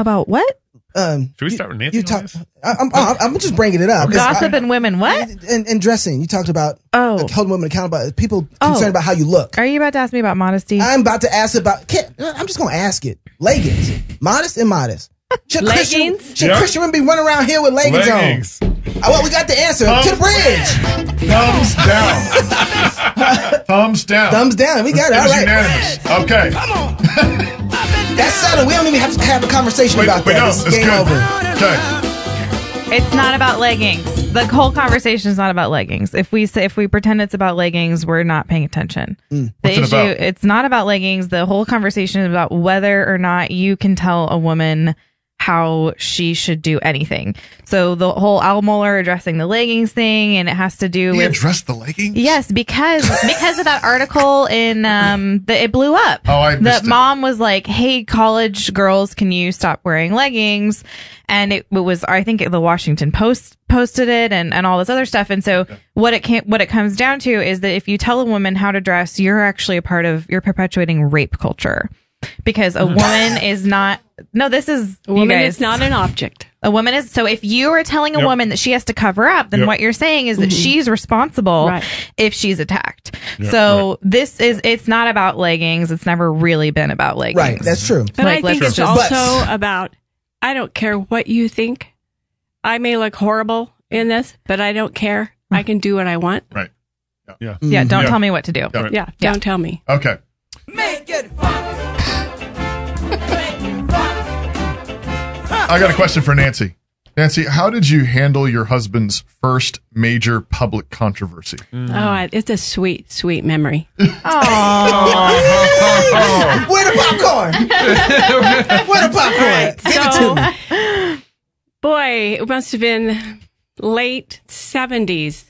Speaker 4: About what?
Speaker 3: Um,
Speaker 1: Should we start with Nancy?
Speaker 3: you
Speaker 1: on
Speaker 3: talk.
Speaker 1: this?
Speaker 3: I- I'm, I'm, I'm just bringing it up. 'cause I-
Speaker 4: Gossip and women. What?
Speaker 3: and, and dressing. You talked about
Speaker 4: Oh.
Speaker 3: like, holding women accountable. People
Speaker 4: Oh.
Speaker 3: concerned about how you look.
Speaker 4: Are you about to ask me about modesty?
Speaker 3: I'm about to ask about. Can't, I'm just gonna ask it. Leggings, modest and modest. Should Christian,
Speaker 5: Leggings?
Speaker 3: should
Speaker 1: Yeah.
Speaker 3: Christian women be running around here with leggings,
Speaker 1: Leggings.
Speaker 3: on? Oh, well, we got the answer. to the bridge.
Speaker 2: Thumbs down. Thumbs down.
Speaker 3: Thumbs down. We got it.
Speaker 2: It
Speaker 3: All
Speaker 2: was
Speaker 3: right.
Speaker 2: unanimous. Okay.
Speaker 3: That's settled. We don't even have to have a conversation
Speaker 2: Wait,
Speaker 3: about
Speaker 2: wait,
Speaker 3: that.
Speaker 2: no,
Speaker 3: This is
Speaker 2: it's
Speaker 3: game
Speaker 2: good.
Speaker 3: over.
Speaker 2: Okay.
Speaker 4: It's not about leggings. The whole conversation is not about leggings. If we say if we pretend it's about leggings, we're not paying attention. The
Speaker 2: What's it
Speaker 4: issue
Speaker 2: about?
Speaker 4: it's not about leggings. The whole conversation is about whether or not you can tell a woman how she should do anything. So the whole Al Mohler addressing the leggings thing, and it has to do
Speaker 2: He
Speaker 4: with
Speaker 2: addressed the leggings?
Speaker 4: Yes, because because of that article in um the it blew up.
Speaker 2: Oh, I missed
Speaker 4: the
Speaker 2: it.
Speaker 4: mom was like, "Hey, college girls, can you stop wearing leggings?" And it, it was I think the Washington Post posted it and and all this other stuff. And so what it can what it comes down to is that if you tell a woman how to dress, you're actually a part of you're perpetuating rape culture because
Speaker 2: Hmm.
Speaker 4: a woman is not. No, this is
Speaker 5: A
Speaker 4: you
Speaker 5: woman
Speaker 4: guys.
Speaker 5: is not an object.
Speaker 4: A woman is so if you are telling a
Speaker 1: Yep.
Speaker 4: woman that she has to cover up, then
Speaker 1: Yep.
Speaker 4: what you're saying is
Speaker 3: Mm-hmm.
Speaker 4: that she's responsible
Speaker 5: Right.
Speaker 4: if she's attacked. so this is it's not about leggings. It's never really been about leggings.
Speaker 3: Right. That's true.
Speaker 5: But
Speaker 4: Like,
Speaker 5: I think
Speaker 4: let's
Speaker 5: it's
Speaker 4: just-
Speaker 5: also
Speaker 3: But-
Speaker 5: about I don't care what you think. I may look horrible in this, but I don't care. I can do what I want.
Speaker 2: Right.
Speaker 4: yeah, don't
Speaker 1: Yeah.
Speaker 4: tell me what to do.
Speaker 2: Yeah.
Speaker 5: Yeah, don't tell me.
Speaker 2: Okay. I got a question for Nancy. Nancy, how did you handle your husband's first major public controversy?
Speaker 5: Oh, I, it's a sweet, sweet memory.
Speaker 3: Where the popcorn? Where the popcorn? Give it to
Speaker 5: so-
Speaker 3: me.
Speaker 5: Boy, it must have been late seventies.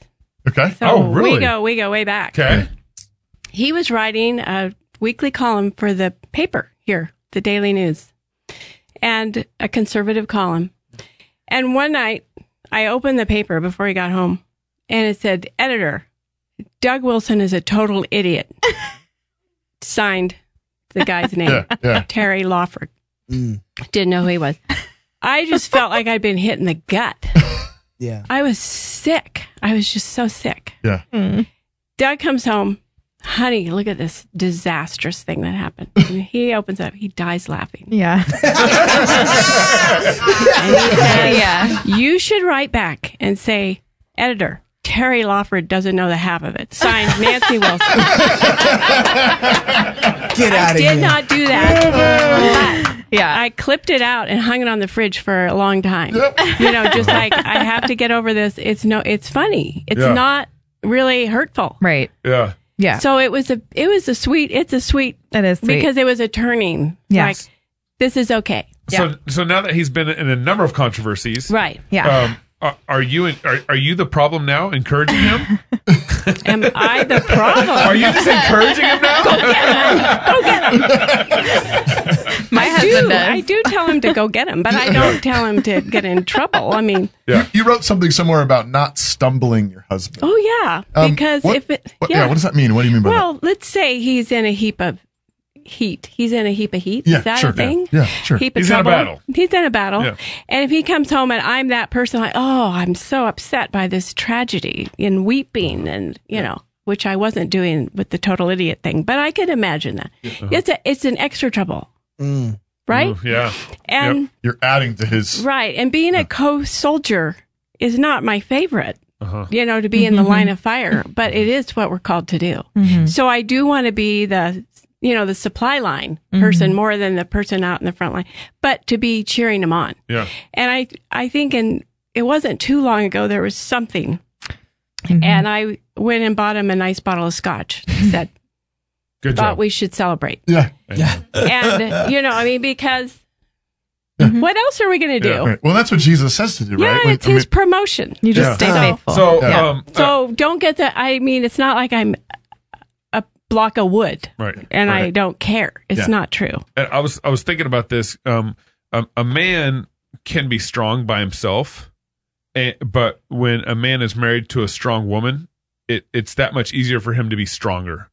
Speaker 2: Okay.
Speaker 5: So
Speaker 1: Oh, really?
Speaker 5: we go we go way back.
Speaker 1: Okay.
Speaker 5: He was writing a weekly column for the paper here, the Daily News, and a conservative column. And one night, I opened the paper before he got home, and it said, "Editor, Doug Wilson is a total idiot." Signed, the guy's name.
Speaker 2: Yeah. Yeah.
Speaker 5: Terry Lawford. Didn't know who he was. I just felt like I'd been hit in the gut.
Speaker 3: Yeah.
Speaker 5: I was sick. I was just so sick.
Speaker 2: Yeah.
Speaker 5: Doug comes home. Honey, look at this disastrous thing that happened. And he opens up. He dies laughing.
Speaker 4: Yeah. yeah.
Speaker 5: You should write back and say, editor, Terry Lawford doesn't know the half of it. Signed, Nancy Wilson.
Speaker 3: Get out of here.
Speaker 5: Did not do that. But
Speaker 4: Yeah.
Speaker 5: I clipped it out and hung it on the fridge for a long time. You know, just like I have to get over this. It's no, it's funny. It's
Speaker 1: Yeah.
Speaker 5: not really hurtful.
Speaker 4: right.
Speaker 1: Yeah.
Speaker 4: Yeah.
Speaker 5: So it was a, it was a sweet. It's a sweet
Speaker 4: that is sweet.
Speaker 5: because it was a turning.
Speaker 4: Yes.
Speaker 5: Like this is okay.
Speaker 1: So so now that he's been in a number of controversies,
Speaker 5: Right.
Speaker 4: yeah.
Speaker 1: Um, are, are you in, are, are you the problem now? Encouraging him?
Speaker 5: Am I the problem?
Speaker 1: Are you just encouraging him now?
Speaker 4: My
Speaker 5: I
Speaker 4: husband
Speaker 5: do.
Speaker 4: does.
Speaker 5: I do tell him to go get him, but I don't tell him to get in trouble. I mean,
Speaker 2: You wrote something somewhere about not stumbling your husband.
Speaker 5: oh yeah,
Speaker 2: Um,
Speaker 5: because
Speaker 2: what-
Speaker 5: if it,
Speaker 2: what- yeah. What does that mean? What do you mean by
Speaker 5: Well, let's say he's in a heap of heat. He's in a heap of heat.
Speaker 2: Yeah,
Speaker 5: is that
Speaker 2: sure,
Speaker 5: a thing?
Speaker 2: yeah. Yeah, sure.
Speaker 5: Heap of
Speaker 1: He's in a
Speaker 5: trouble.
Speaker 1: battle.
Speaker 5: He's in a battle.
Speaker 1: Yeah.
Speaker 5: And if he comes home and I'm that person, like, oh, I'm so upset by this tragedy and weeping and, you know, which I wasn't doing with the total idiot thing, but I could imagine that.
Speaker 1: Uh-huh.
Speaker 5: It's a, it's an extra trouble.
Speaker 1: Mm.
Speaker 5: Right?
Speaker 1: yeah.
Speaker 5: And,
Speaker 2: that? You're adding to his.
Speaker 5: right. And being a co soldier is not my favorite
Speaker 1: Uh-huh.
Speaker 5: you know, to be in the
Speaker 1: Mm-hmm.
Speaker 5: line of fire, but it is what we're called to do. So I do want to be the, you know, the supply line
Speaker 1: Mm-hmm.
Speaker 5: person more than the person out in the front line, but to be cheering them on.
Speaker 1: Yeah.
Speaker 5: And I, I think, and it wasn't too long ago, there was something.
Speaker 1: Mm-hmm.
Speaker 5: And I went and bought him a nice bottle of scotch. Said,
Speaker 1: Good
Speaker 5: thought
Speaker 1: job.
Speaker 5: we should celebrate.
Speaker 2: Yeah.
Speaker 5: And, you know, I mean, because What else are we going to do?
Speaker 1: Mm-hmm. Yeah.
Speaker 2: Right. Well, that's what Jesus says to do,
Speaker 5: Yeah,
Speaker 2: right? Like,
Speaker 5: it's
Speaker 2: I
Speaker 5: his
Speaker 2: mean, uh,
Speaker 5: promotion.
Speaker 4: You just
Speaker 2: Yeah.
Speaker 4: stay
Speaker 5: So-
Speaker 4: faithful.
Speaker 1: So,
Speaker 2: Yeah.
Speaker 1: um, uh,
Speaker 5: So don't get that. I mean, it's not like I'm a block of wood,
Speaker 1: Right,
Speaker 5: And I
Speaker 1: right.
Speaker 5: don't care. It's
Speaker 2: Yeah.
Speaker 5: not true.
Speaker 1: and I was I was thinking about this. Um, a, a man can be strong by himself, and, but when a man is married to a strong woman, it, it's that much easier for him to be stronger.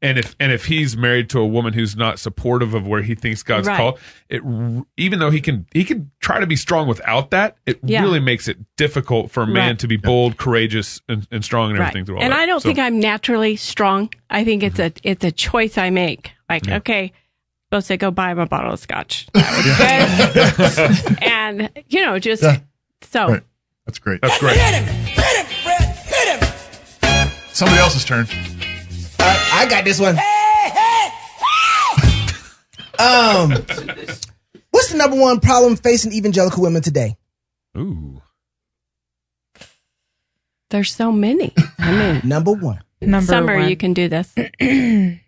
Speaker 1: And if and if he's married to a woman who's not supportive of where he thinks God's
Speaker 5: Right.
Speaker 1: called, it r- even though he can he can try to be strong without that, it
Speaker 5: Yeah.
Speaker 1: really makes it difficult for a man
Speaker 5: Right.
Speaker 1: to be bold, courageous, and, and strong and
Speaker 5: Right.
Speaker 1: everything through all
Speaker 5: And
Speaker 1: that.
Speaker 5: I don't
Speaker 1: So-
Speaker 5: think I'm naturally strong. I think it's a
Speaker 2: Mm-hmm.
Speaker 5: it's a choice I make. Like, okay, supposed to go buy him a bottle of scotch. That was good. and you know, just
Speaker 2: Yeah.
Speaker 5: so
Speaker 2: Right. That's great.
Speaker 1: that's great.
Speaker 2: Somebody else's turn.
Speaker 3: I, I got this one. um, what's the number one problem facing evangelical women today?
Speaker 1: Ooh.
Speaker 5: there's so many. I mean,
Speaker 3: Number one,
Speaker 4: Number
Speaker 5: summer
Speaker 4: one.
Speaker 5: you can do this.
Speaker 3: you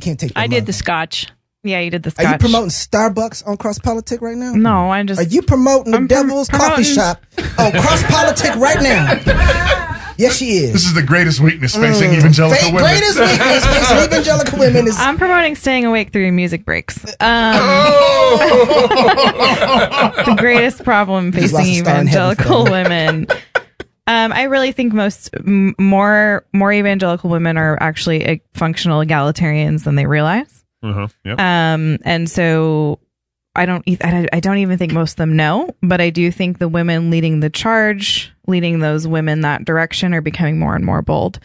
Speaker 3: can't take.
Speaker 5: I
Speaker 3: them
Speaker 5: did
Speaker 3: out.
Speaker 5: the scotch.
Speaker 4: yeah, you did the
Speaker 3: Are
Speaker 4: scotch.
Speaker 3: you promoting Starbucks on Cross Politic right
Speaker 5: Mm.
Speaker 3: now?
Speaker 4: No, I just.
Speaker 3: Are you promoting the
Speaker 4: I'm prom-
Speaker 3: Devil's Coffee
Speaker 4: promoting-
Speaker 3: Shop on Cross Politic right now? Yes, she
Speaker 2: This
Speaker 3: is.
Speaker 2: is the greatest weakness facing
Speaker 5: Mm.
Speaker 3: Fa-
Speaker 2: evangelical women.
Speaker 3: greatest weakness facing evangelical women is
Speaker 4: I'm promoting staying awake through your music breaks. Um, the greatest problem facing
Speaker 3: just lost a star in heaven for
Speaker 4: evangelical
Speaker 3: that.
Speaker 4: women. Um, I really think most m- more more evangelical women are actually uh, functional egalitarians than they realize.
Speaker 1: Uh-huh. Yep.
Speaker 4: Um, and so I don't e- I I don't even think most of them know, but I do think the women leading the charge, leading those women that direction, are becoming more and more bold.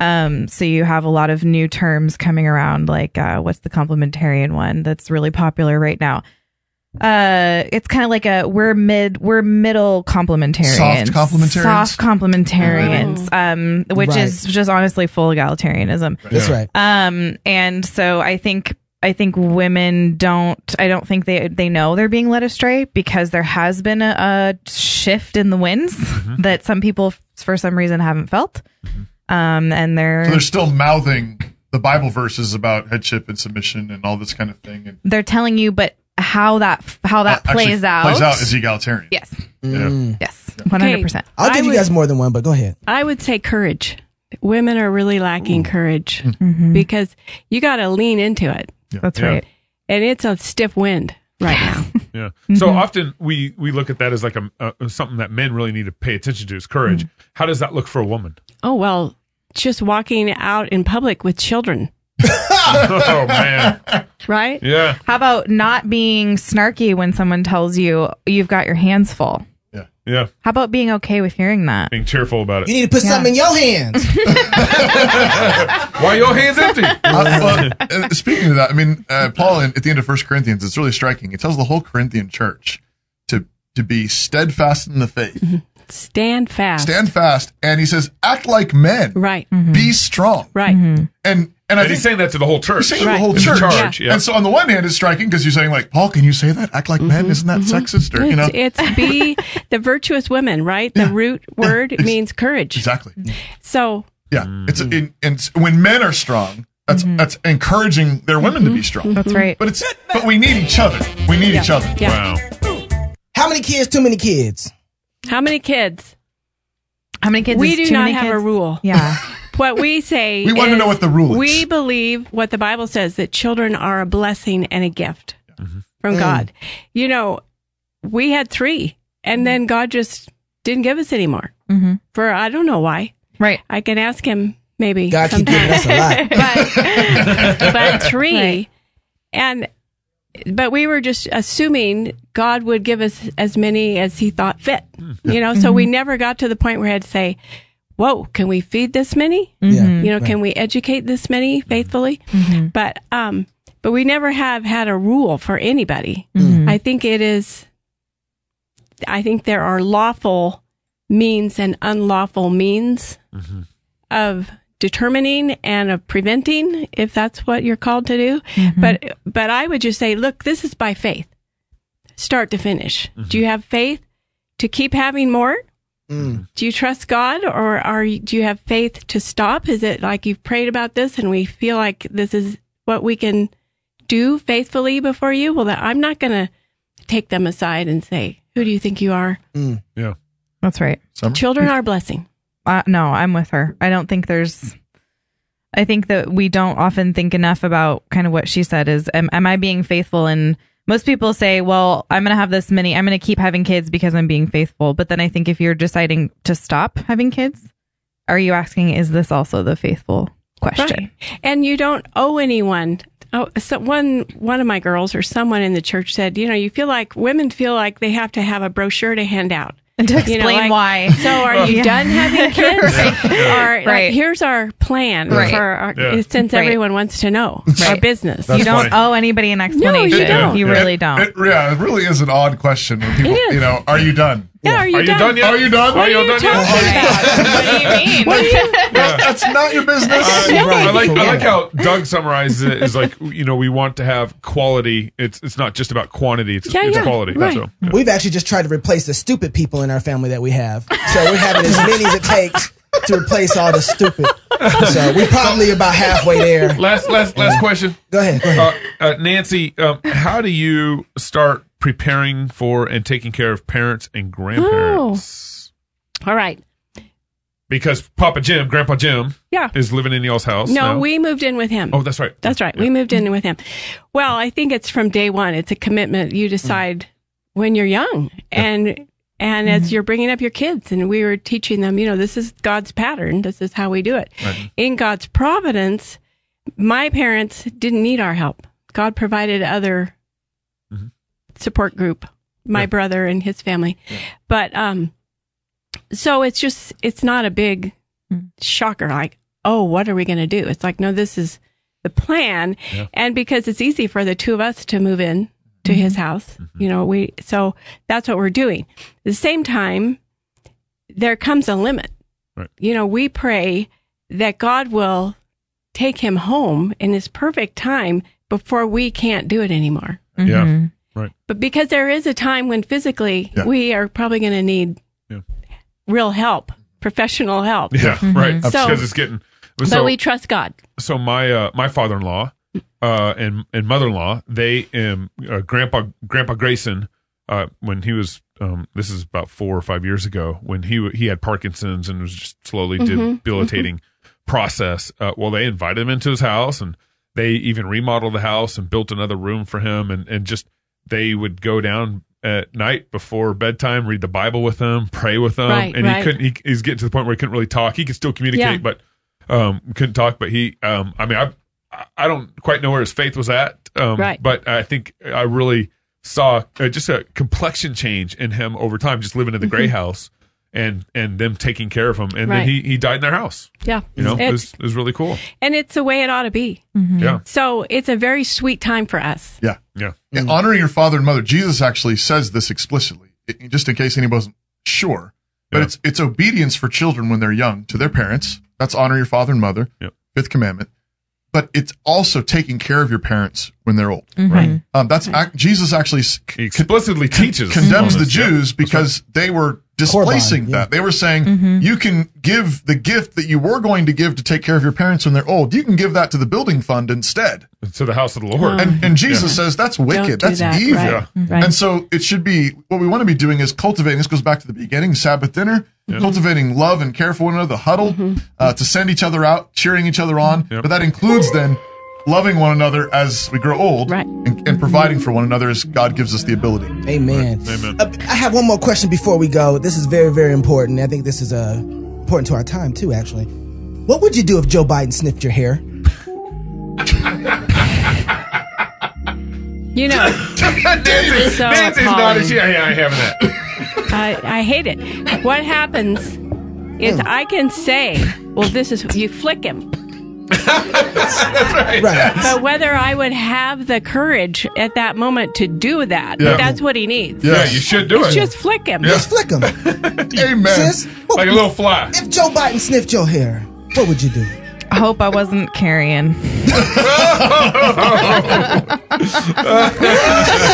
Speaker 4: Um, so you have a lot of new terms coming around, like uh, what's the complementarian one that's really popular right now? Uh, it's kind of like a we're mid we're middle complementarians,
Speaker 2: Soft complementarians?
Speaker 4: soft complementarians, um, which
Speaker 3: Right.
Speaker 4: is just honestly full egalitarianism.
Speaker 3: that's right.
Speaker 5: Uh,
Speaker 4: Um, and so I think I think women don't. I don't think they they know they're being led astray because there has been a, a shift in the winds
Speaker 2: Mm-hmm.
Speaker 4: that some people f- for some reason haven't felt. Um, and they're
Speaker 2: So they're still mouthing the Bible verses about headship and submission and all this kind of thing. And
Speaker 4: they're telling you, but how that f- how that
Speaker 2: actually
Speaker 4: plays out?
Speaker 2: Plays out as egalitarian.
Speaker 4: yes,
Speaker 2: Yeah.
Speaker 4: yes, one hundred percent.
Speaker 3: I'll give
Speaker 5: I
Speaker 3: you
Speaker 5: would-
Speaker 3: guys more than one, but go ahead.
Speaker 5: I would say courage. Women are really lacking courage
Speaker 2: Hmm.
Speaker 4: Mm-hmm.
Speaker 5: because you got to lean into it,
Speaker 4: That's
Speaker 1: Yeah.
Speaker 4: right.
Speaker 5: and it's a stiff wind right now.
Speaker 1: Yeah. So often we we look at that as like a, a something that men really need to pay attention to is courage. How does that look for a woman?
Speaker 5: oh well, just walking out in public with children,
Speaker 1: oh man.
Speaker 5: right?
Speaker 1: Yeah.
Speaker 4: How about not being snarky when someone tells you you've got your hands full?
Speaker 1: Yeah.
Speaker 4: How about being okay with hearing that?
Speaker 1: Being cheerful about
Speaker 3: You
Speaker 1: it.
Speaker 3: need to put something in your hands.
Speaker 1: Why are your hands empty?
Speaker 2: Uh, well, uh, speaking of that, I mean, uh, Paul, in, at the end of First Corinthians, it's really striking. He tells the whole Corinthian church to to be steadfast in the faith,
Speaker 5: Stand fast.
Speaker 2: stand fast, and he says, act like men,
Speaker 5: Right.
Speaker 4: Mm-hmm.
Speaker 2: be strong, Mm-hmm.
Speaker 5: Right.
Speaker 2: and and I
Speaker 1: And
Speaker 2: think
Speaker 1: he's saying that to the whole church.
Speaker 2: He's saying to the
Speaker 5: Right.
Speaker 2: whole
Speaker 1: It's a
Speaker 2: church.
Speaker 1: charge, yeah.
Speaker 2: And so on the one hand, it's striking because you're saying like, Paul, can you say that? Act like men? Isn't that sexist? Or you know,
Speaker 5: It's, it's be the virtuous women, right? The root word
Speaker 2: Ex-
Speaker 5: means courage.
Speaker 2: exactly.
Speaker 5: So
Speaker 2: Yeah, it's in, and s- when men are strong, that's
Speaker 5: Mm-hmm.
Speaker 2: that's encouraging their women to be strong.
Speaker 4: That's right.
Speaker 2: But it's but we need each other. We need each other.
Speaker 5: yeah.
Speaker 1: Wow.
Speaker 3: How many kids? Too many kids.
Speaker 5: How many kids?
Speaker 4: How many kids?
Speaker 5: we
Speaker 4: is
Speaker 5: do
Speaker 4: too
Speaker 5: not
Speaker 4: many
Speaker 5: have
Speaker 4: kids?
Speaker 5: a rule.
Speaker 4: Yeah.
Speaker 5: What we say
Speaker 2: We want to
Speaker 5: is
Speaker 2: know what the rule is.
Speaker 5: We believe what the Bible says that children are a blessing and a gift from
Speaker 2: Mm-hmm.
Speaker 5: God. You know, we had three
Speaker 2: Mm-hmm.
Speaker 5: and then God just didn't give us any more. For I don't know why.
Speaker 4: Right.
Speaker 5: I can ask him maybe
Speaker 3: God keep
Speaker 5: sometime.
Speaker 3: giving us a lot.
Speaker 5: but but three
Speaker 4: Right.
Speaker 5: and but we were just assuming God would give us as many as he thought fit.
Speaker 2: Hmm.
Speaker 5: You know, so we never got to the point where I had to say, Whoa, can we feed this many?
Speaker 3: Yeah.
Speaker 5: You know, can we educate this many faithfully? But um but we never have had a rule for anybody. I think it is I think there are lawful means and unlawful means of determining and of preventing if that's what you're called to do but but i would just say look this is by faith start to finish do you have faith to keep having more do you trust god or are you, do you have faith to stop is it like you've prayed about this and we feel like this is what we can do faithfully before you well that i'm not going to take them aside and say, "Who do you think you are?
Speaker 4: That's right.
Speaker 5: Children are a blessing."
Speaker 4: Uh, no, I'm with her. I don't think there's. I think that we don't often think enough about kind of what she said is, am, am I being faithful? And most people say, well, I'm going to have this many, I'm going to keep having kids because I'm being faithful. But then I think if you're deciding to stop having kids, are you asking, is this also the faithful question?
Speaker 5: And you don't owe anyone. Oh, so one one of my girls or someone in the church said, you know, you feel like women feel like they have to have a brochure to hand out.
Speaker 4: And to
Speaker 5: You
Speaker 4: explain
Speaker 5: know, like,
Speaker 4: why.
Speaker 5: So are you
Speaker 4: Yeah.
Speaker 5: done having kids? Or like,
Speaker 4: Right.
Speaker 5: here's our plan
Speaker 4: Right.
Speaker 5: for our,
Speaker 2: Yeah.
Speaker 5: since
Speaker 4: Right.
Speaker 5: everyone wants to know our
Speaker 4: Right.
Speaker 5: business.
Speaker 2: That's
Speaker 4: you
Speaker 2: funny.
Speaker 4: don't owe anybody an explanation.
Speaker 5: don't.
Speaker 4: You really don't.
Speaker 2: It, yeah, it really is an odd question when people,
Speaker 5: It is.
Speaker 2: you know, are you done?
Speaker 5: yeah, are you,
Speaker 1: Are you
Speaker 5: done?
Speaker 1: done yet?
Speaker 2: Are you done?
Speaker 1: Are you
Speaker 5: What are you
Speaker 1: done yet? Oh,
Speaker 5: talking
Speaker 4: what do you mean?
Speaker 2: That's not your business.
Speaker 1: I like, I like
Speaker 3: Yeah.
Speaker 1: how Doug summarizes it is like you know we want to have quality. It's it's not just about quantity. It's,
Speaker 5: Yeah,
Speaker 1: it's
Speaker 5: yeah,
Speaker 1: quality.
Speaker 5: right.
Speaker 1: So,
Speaker 3: We've actually just tried to replace the stupid people in our family that we have. So we're having as many as it takes to replace all the stupid. So we're probably about halfway there.
Speaker 1: last last last question.
Speaker 3: Go ahead. Go ahead.
Speaker 1: Uh, uh, Nancy, um, how do you start preparing for and taking care of parents and
Speaker 5: Oh.
Speaker 1: grandparents?
Speaker 5: All right.
Speaker 1: Because Papa Jim, Grandpa Jim,
Speaker 5: Yeah.
Speaker 1: is living in y'all's house.
Speaker 5: No,
Speaker 1: now.
Speaker 5: we moved in with him.
Speaker 1: Oh, that's right.
Speaker 5: That's right. We moved in with him. Well, I think it's from day one. It's a commitment you decide when you're young, and and as you're bringing up your kids, and we were teaching them, you know, this is God's pattern. This is how we do it. In God's providence, my parents didn't need our help. God provided other support group, my brother and his family, but um, so it's just it's not a big shocker like oh what are we going to do it's like no this is the plan and because it's easy for the two of us to move in to
Speaker 1: Mm-hmm.
Speaker 5: his house you know we so that's what we're doing at the same time there comes a limit
Speaker 1: Right.
Speaker 5: you know we pray that god will take him home in his perfect time before we can't do it anymore Mm-hmm.
Speaker 1: Yeah.
Speaker 5: but because there is a time when physically
Speaker 2: Yeah.
Speaker 5: we are probably going to need
Speaker 1: Yeah.
Speaker 5: real help professional help
Speaker 1: Yeah, right.
Speaker 5: Mm-hmm. So-
Speaker 1: Because it's getting.
Speaker 5: but
Speaker 1: so-
Speaker 5: we trust god
Speaker 1: so my uh, my father in law uh, and and mother in law they um uh, grandpa grandpa Grayson uh, when he was um, this is about four or five years ago when he he had Parkinson's and was just slowly
Speaker 5: Mm-hmm.
Speaker 1: debilitating process. Uh, well, they invited him into his house and they even remodeled the house and built another room for him and and just they would go down at night before bedtime read the bible with him pray with him
Speaker 5: Right,
Speaker 1: and he
Speaker 5: right.
Speaker 1: couldn't he, he's getting to the point where he couldn't really talk he could still communicate
Speaker 5: Yeah.
Speaker 1: but um, couldn't talk, but he, um, I mean, I, I don't quite know where his faith was at, um,
Speaker 5: Right.
Speaker 1: but I think I really saw uh, just a complexion change in him over time, just living in the gray house and, and them taking care of him. And
Speaker 5: Mm-hmm. Right.
Speaker 1: then he, he died in their house,
Speaker 5: Yeah.
Speaker 1: you know, it,
Speaker 5: It-
Speaker 1: was, it was really cool.
Speaker 5: and it's the way it ought to be.
Speaker 1: Yeah.
Speaker 5: So it's a very sweet time for us.
Speaker 2: Yeah.
Speaker 1: Yeah.
Speaker 2: Yeah, honoring your father and mother. Jesus actually says this explicitly, i- just in case anyone wasn't sure. But
Speaker 1: Yeah.
Speaker 2: it's it's obedience for children when they're young to their parents. That's honor your father and mother,
Speaker 1: Yep.
Speaker 2: fifth commandment. But it's also taking care of your parents when they're old.
Speaker 1: Right.
Speaker 2: Um, that's ac- Jesus actually s-
Speaker 1: He explicitly teaches,
Speaker 2: condemns
Speaker 1: on
Speaker 2: the
Speaker 1: this, yeah.
Speaker 2: Jews because they were displacing
Speaker 3: Korban, yeah.
Speaker 2: that. They were saying you can give the gift that you were going to give to take care of your parents when they're old. You can give that to the building fund instead.
Speaker 1: to the house of the Lord.
Speaker 5: Oh.
Speaker 2: And, and Jesus says that's wicked.
Speaker 5: do
Speaker 2: That's
Speaker 5: that,
Speaker 2: evil.
Speaker 5: right.
Speaker 1: Mm-hmm. Yeah.
Speaker 4: Right.
Speaker 2: And so it should be what we want to be doing is cultivating. This goes back to the beginning Sabbath dinner, cultivating love and care for one another, the huddle uh, to send each other out, cheering each other on.
Speaker 1: Yep.
Speaker 2: But that includes then loving one another as we grow old
Speaker 5: Right.
Speaker 2: and, and providing for one another as God gives us the ability.
Speaker 3: Amen.
Speaker 1: Amen.
Speaker 3: Uh, I have one more question before we go. This is very, very important. I think this is uh, important to our time too. Actually, what would you do if Joe Biden sniffed your hair?
Speaker 5: You know,
Speaker 1: Nancy,
Speaker 5: so
Speaker 1: Nancy's nodding.
Speaker 5: appalling.
Speaker 1: She, yeah, I have that.
Speaker 5: I, I hate it. What happens is I can say, well, this is, you flick him.
Speaker 3: Right.
Speaker 5: But whether I would have the courage at that moment to do that,
Speaker 2: Yeah.
Speaker 5: that's what he needs.
Speaker 1: Yeah, you should do it.
Speaker 5: Just flick him.
Speaker 3: Just flick him,
Speaker 2: Amen.
Speaker 3: sis. What-
Speaker 1: like a little fly.
Speaker 3: if Joe Biden sniffed your hair, what would you do?
Speaker 4: I hope I wasn't carrying.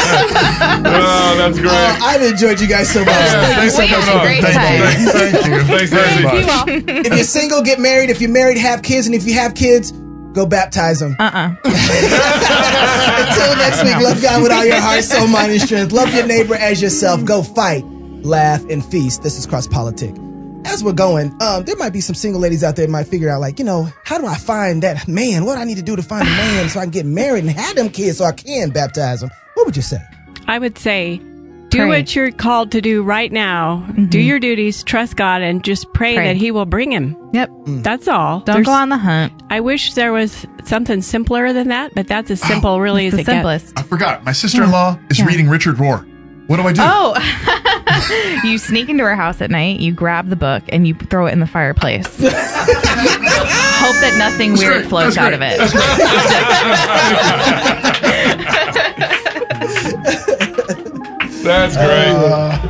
Speaker 1: Oh, that's great.
Speaker 3: Uh, I've enjoyed you guys so much. Thank you so
Speaker 4: we had
Speaker 3: much.
Speaker 4: a great
Speaker 2: Thank
Speaker 4: time.
Speaker 2: you. Thank you.
Speaker 1: Thanks, Nancy.
Speaker 2: Very much.
Speaker 3: If you're single, get married. If you're married, have kids. And if you have kids, Go baptize them.
Speaker 4: Uh uh
Speaker 3: Until next week, love God with all your heart, soul, mind, and strength. Love your neighbor as yourself. Go fight, laugh, and feast. This is Cross Politic. As we're going, um, there might be some single ladies out there that might figure out, like, you know, how do I find that man? What do I need to do to find a man so I can get married and have them kids so I can baptize them? What would you say?
Speaker 5: I would say, do
Speaker 4: Pray. Mm-hmm.
Speaker 5: what you're called to do right now. Do your duties, trust God, and just pray,
Speaker 4: Pray.
Speaker 5: that He will bring him.
Speaker 4: Yep.
Speaker 1: Mm.
Speaker 5: That's all.
Speaker 4: Don't
Speaker 5: There's-
Speaker 4: go on the hunt.
Speaker 5: I wish there was something simpler than that, but that's as simple, really,
Speaker 4: It's
Speaker 5: as
Speaker 4: the
Speaker 5: it gets.
Speaker 4: simplest.
Speaker 2: I forgot. My sister in law is
Speaker 4: Yeah.
Speaker 2: reading Richard Rohr. What do I do?
Speaker 4: Oh, you sneak into her house at night, you grab the book, and you throw it in the fireplace. Hope that nothing weird
Speaker 2: great.
Speaker 4: floats
Speaker 2: That's
Speaker 4: out
Speaker 2: great.
Speaker 4: of it.
Speaker 1: That's great.
Speaker 2: Uh,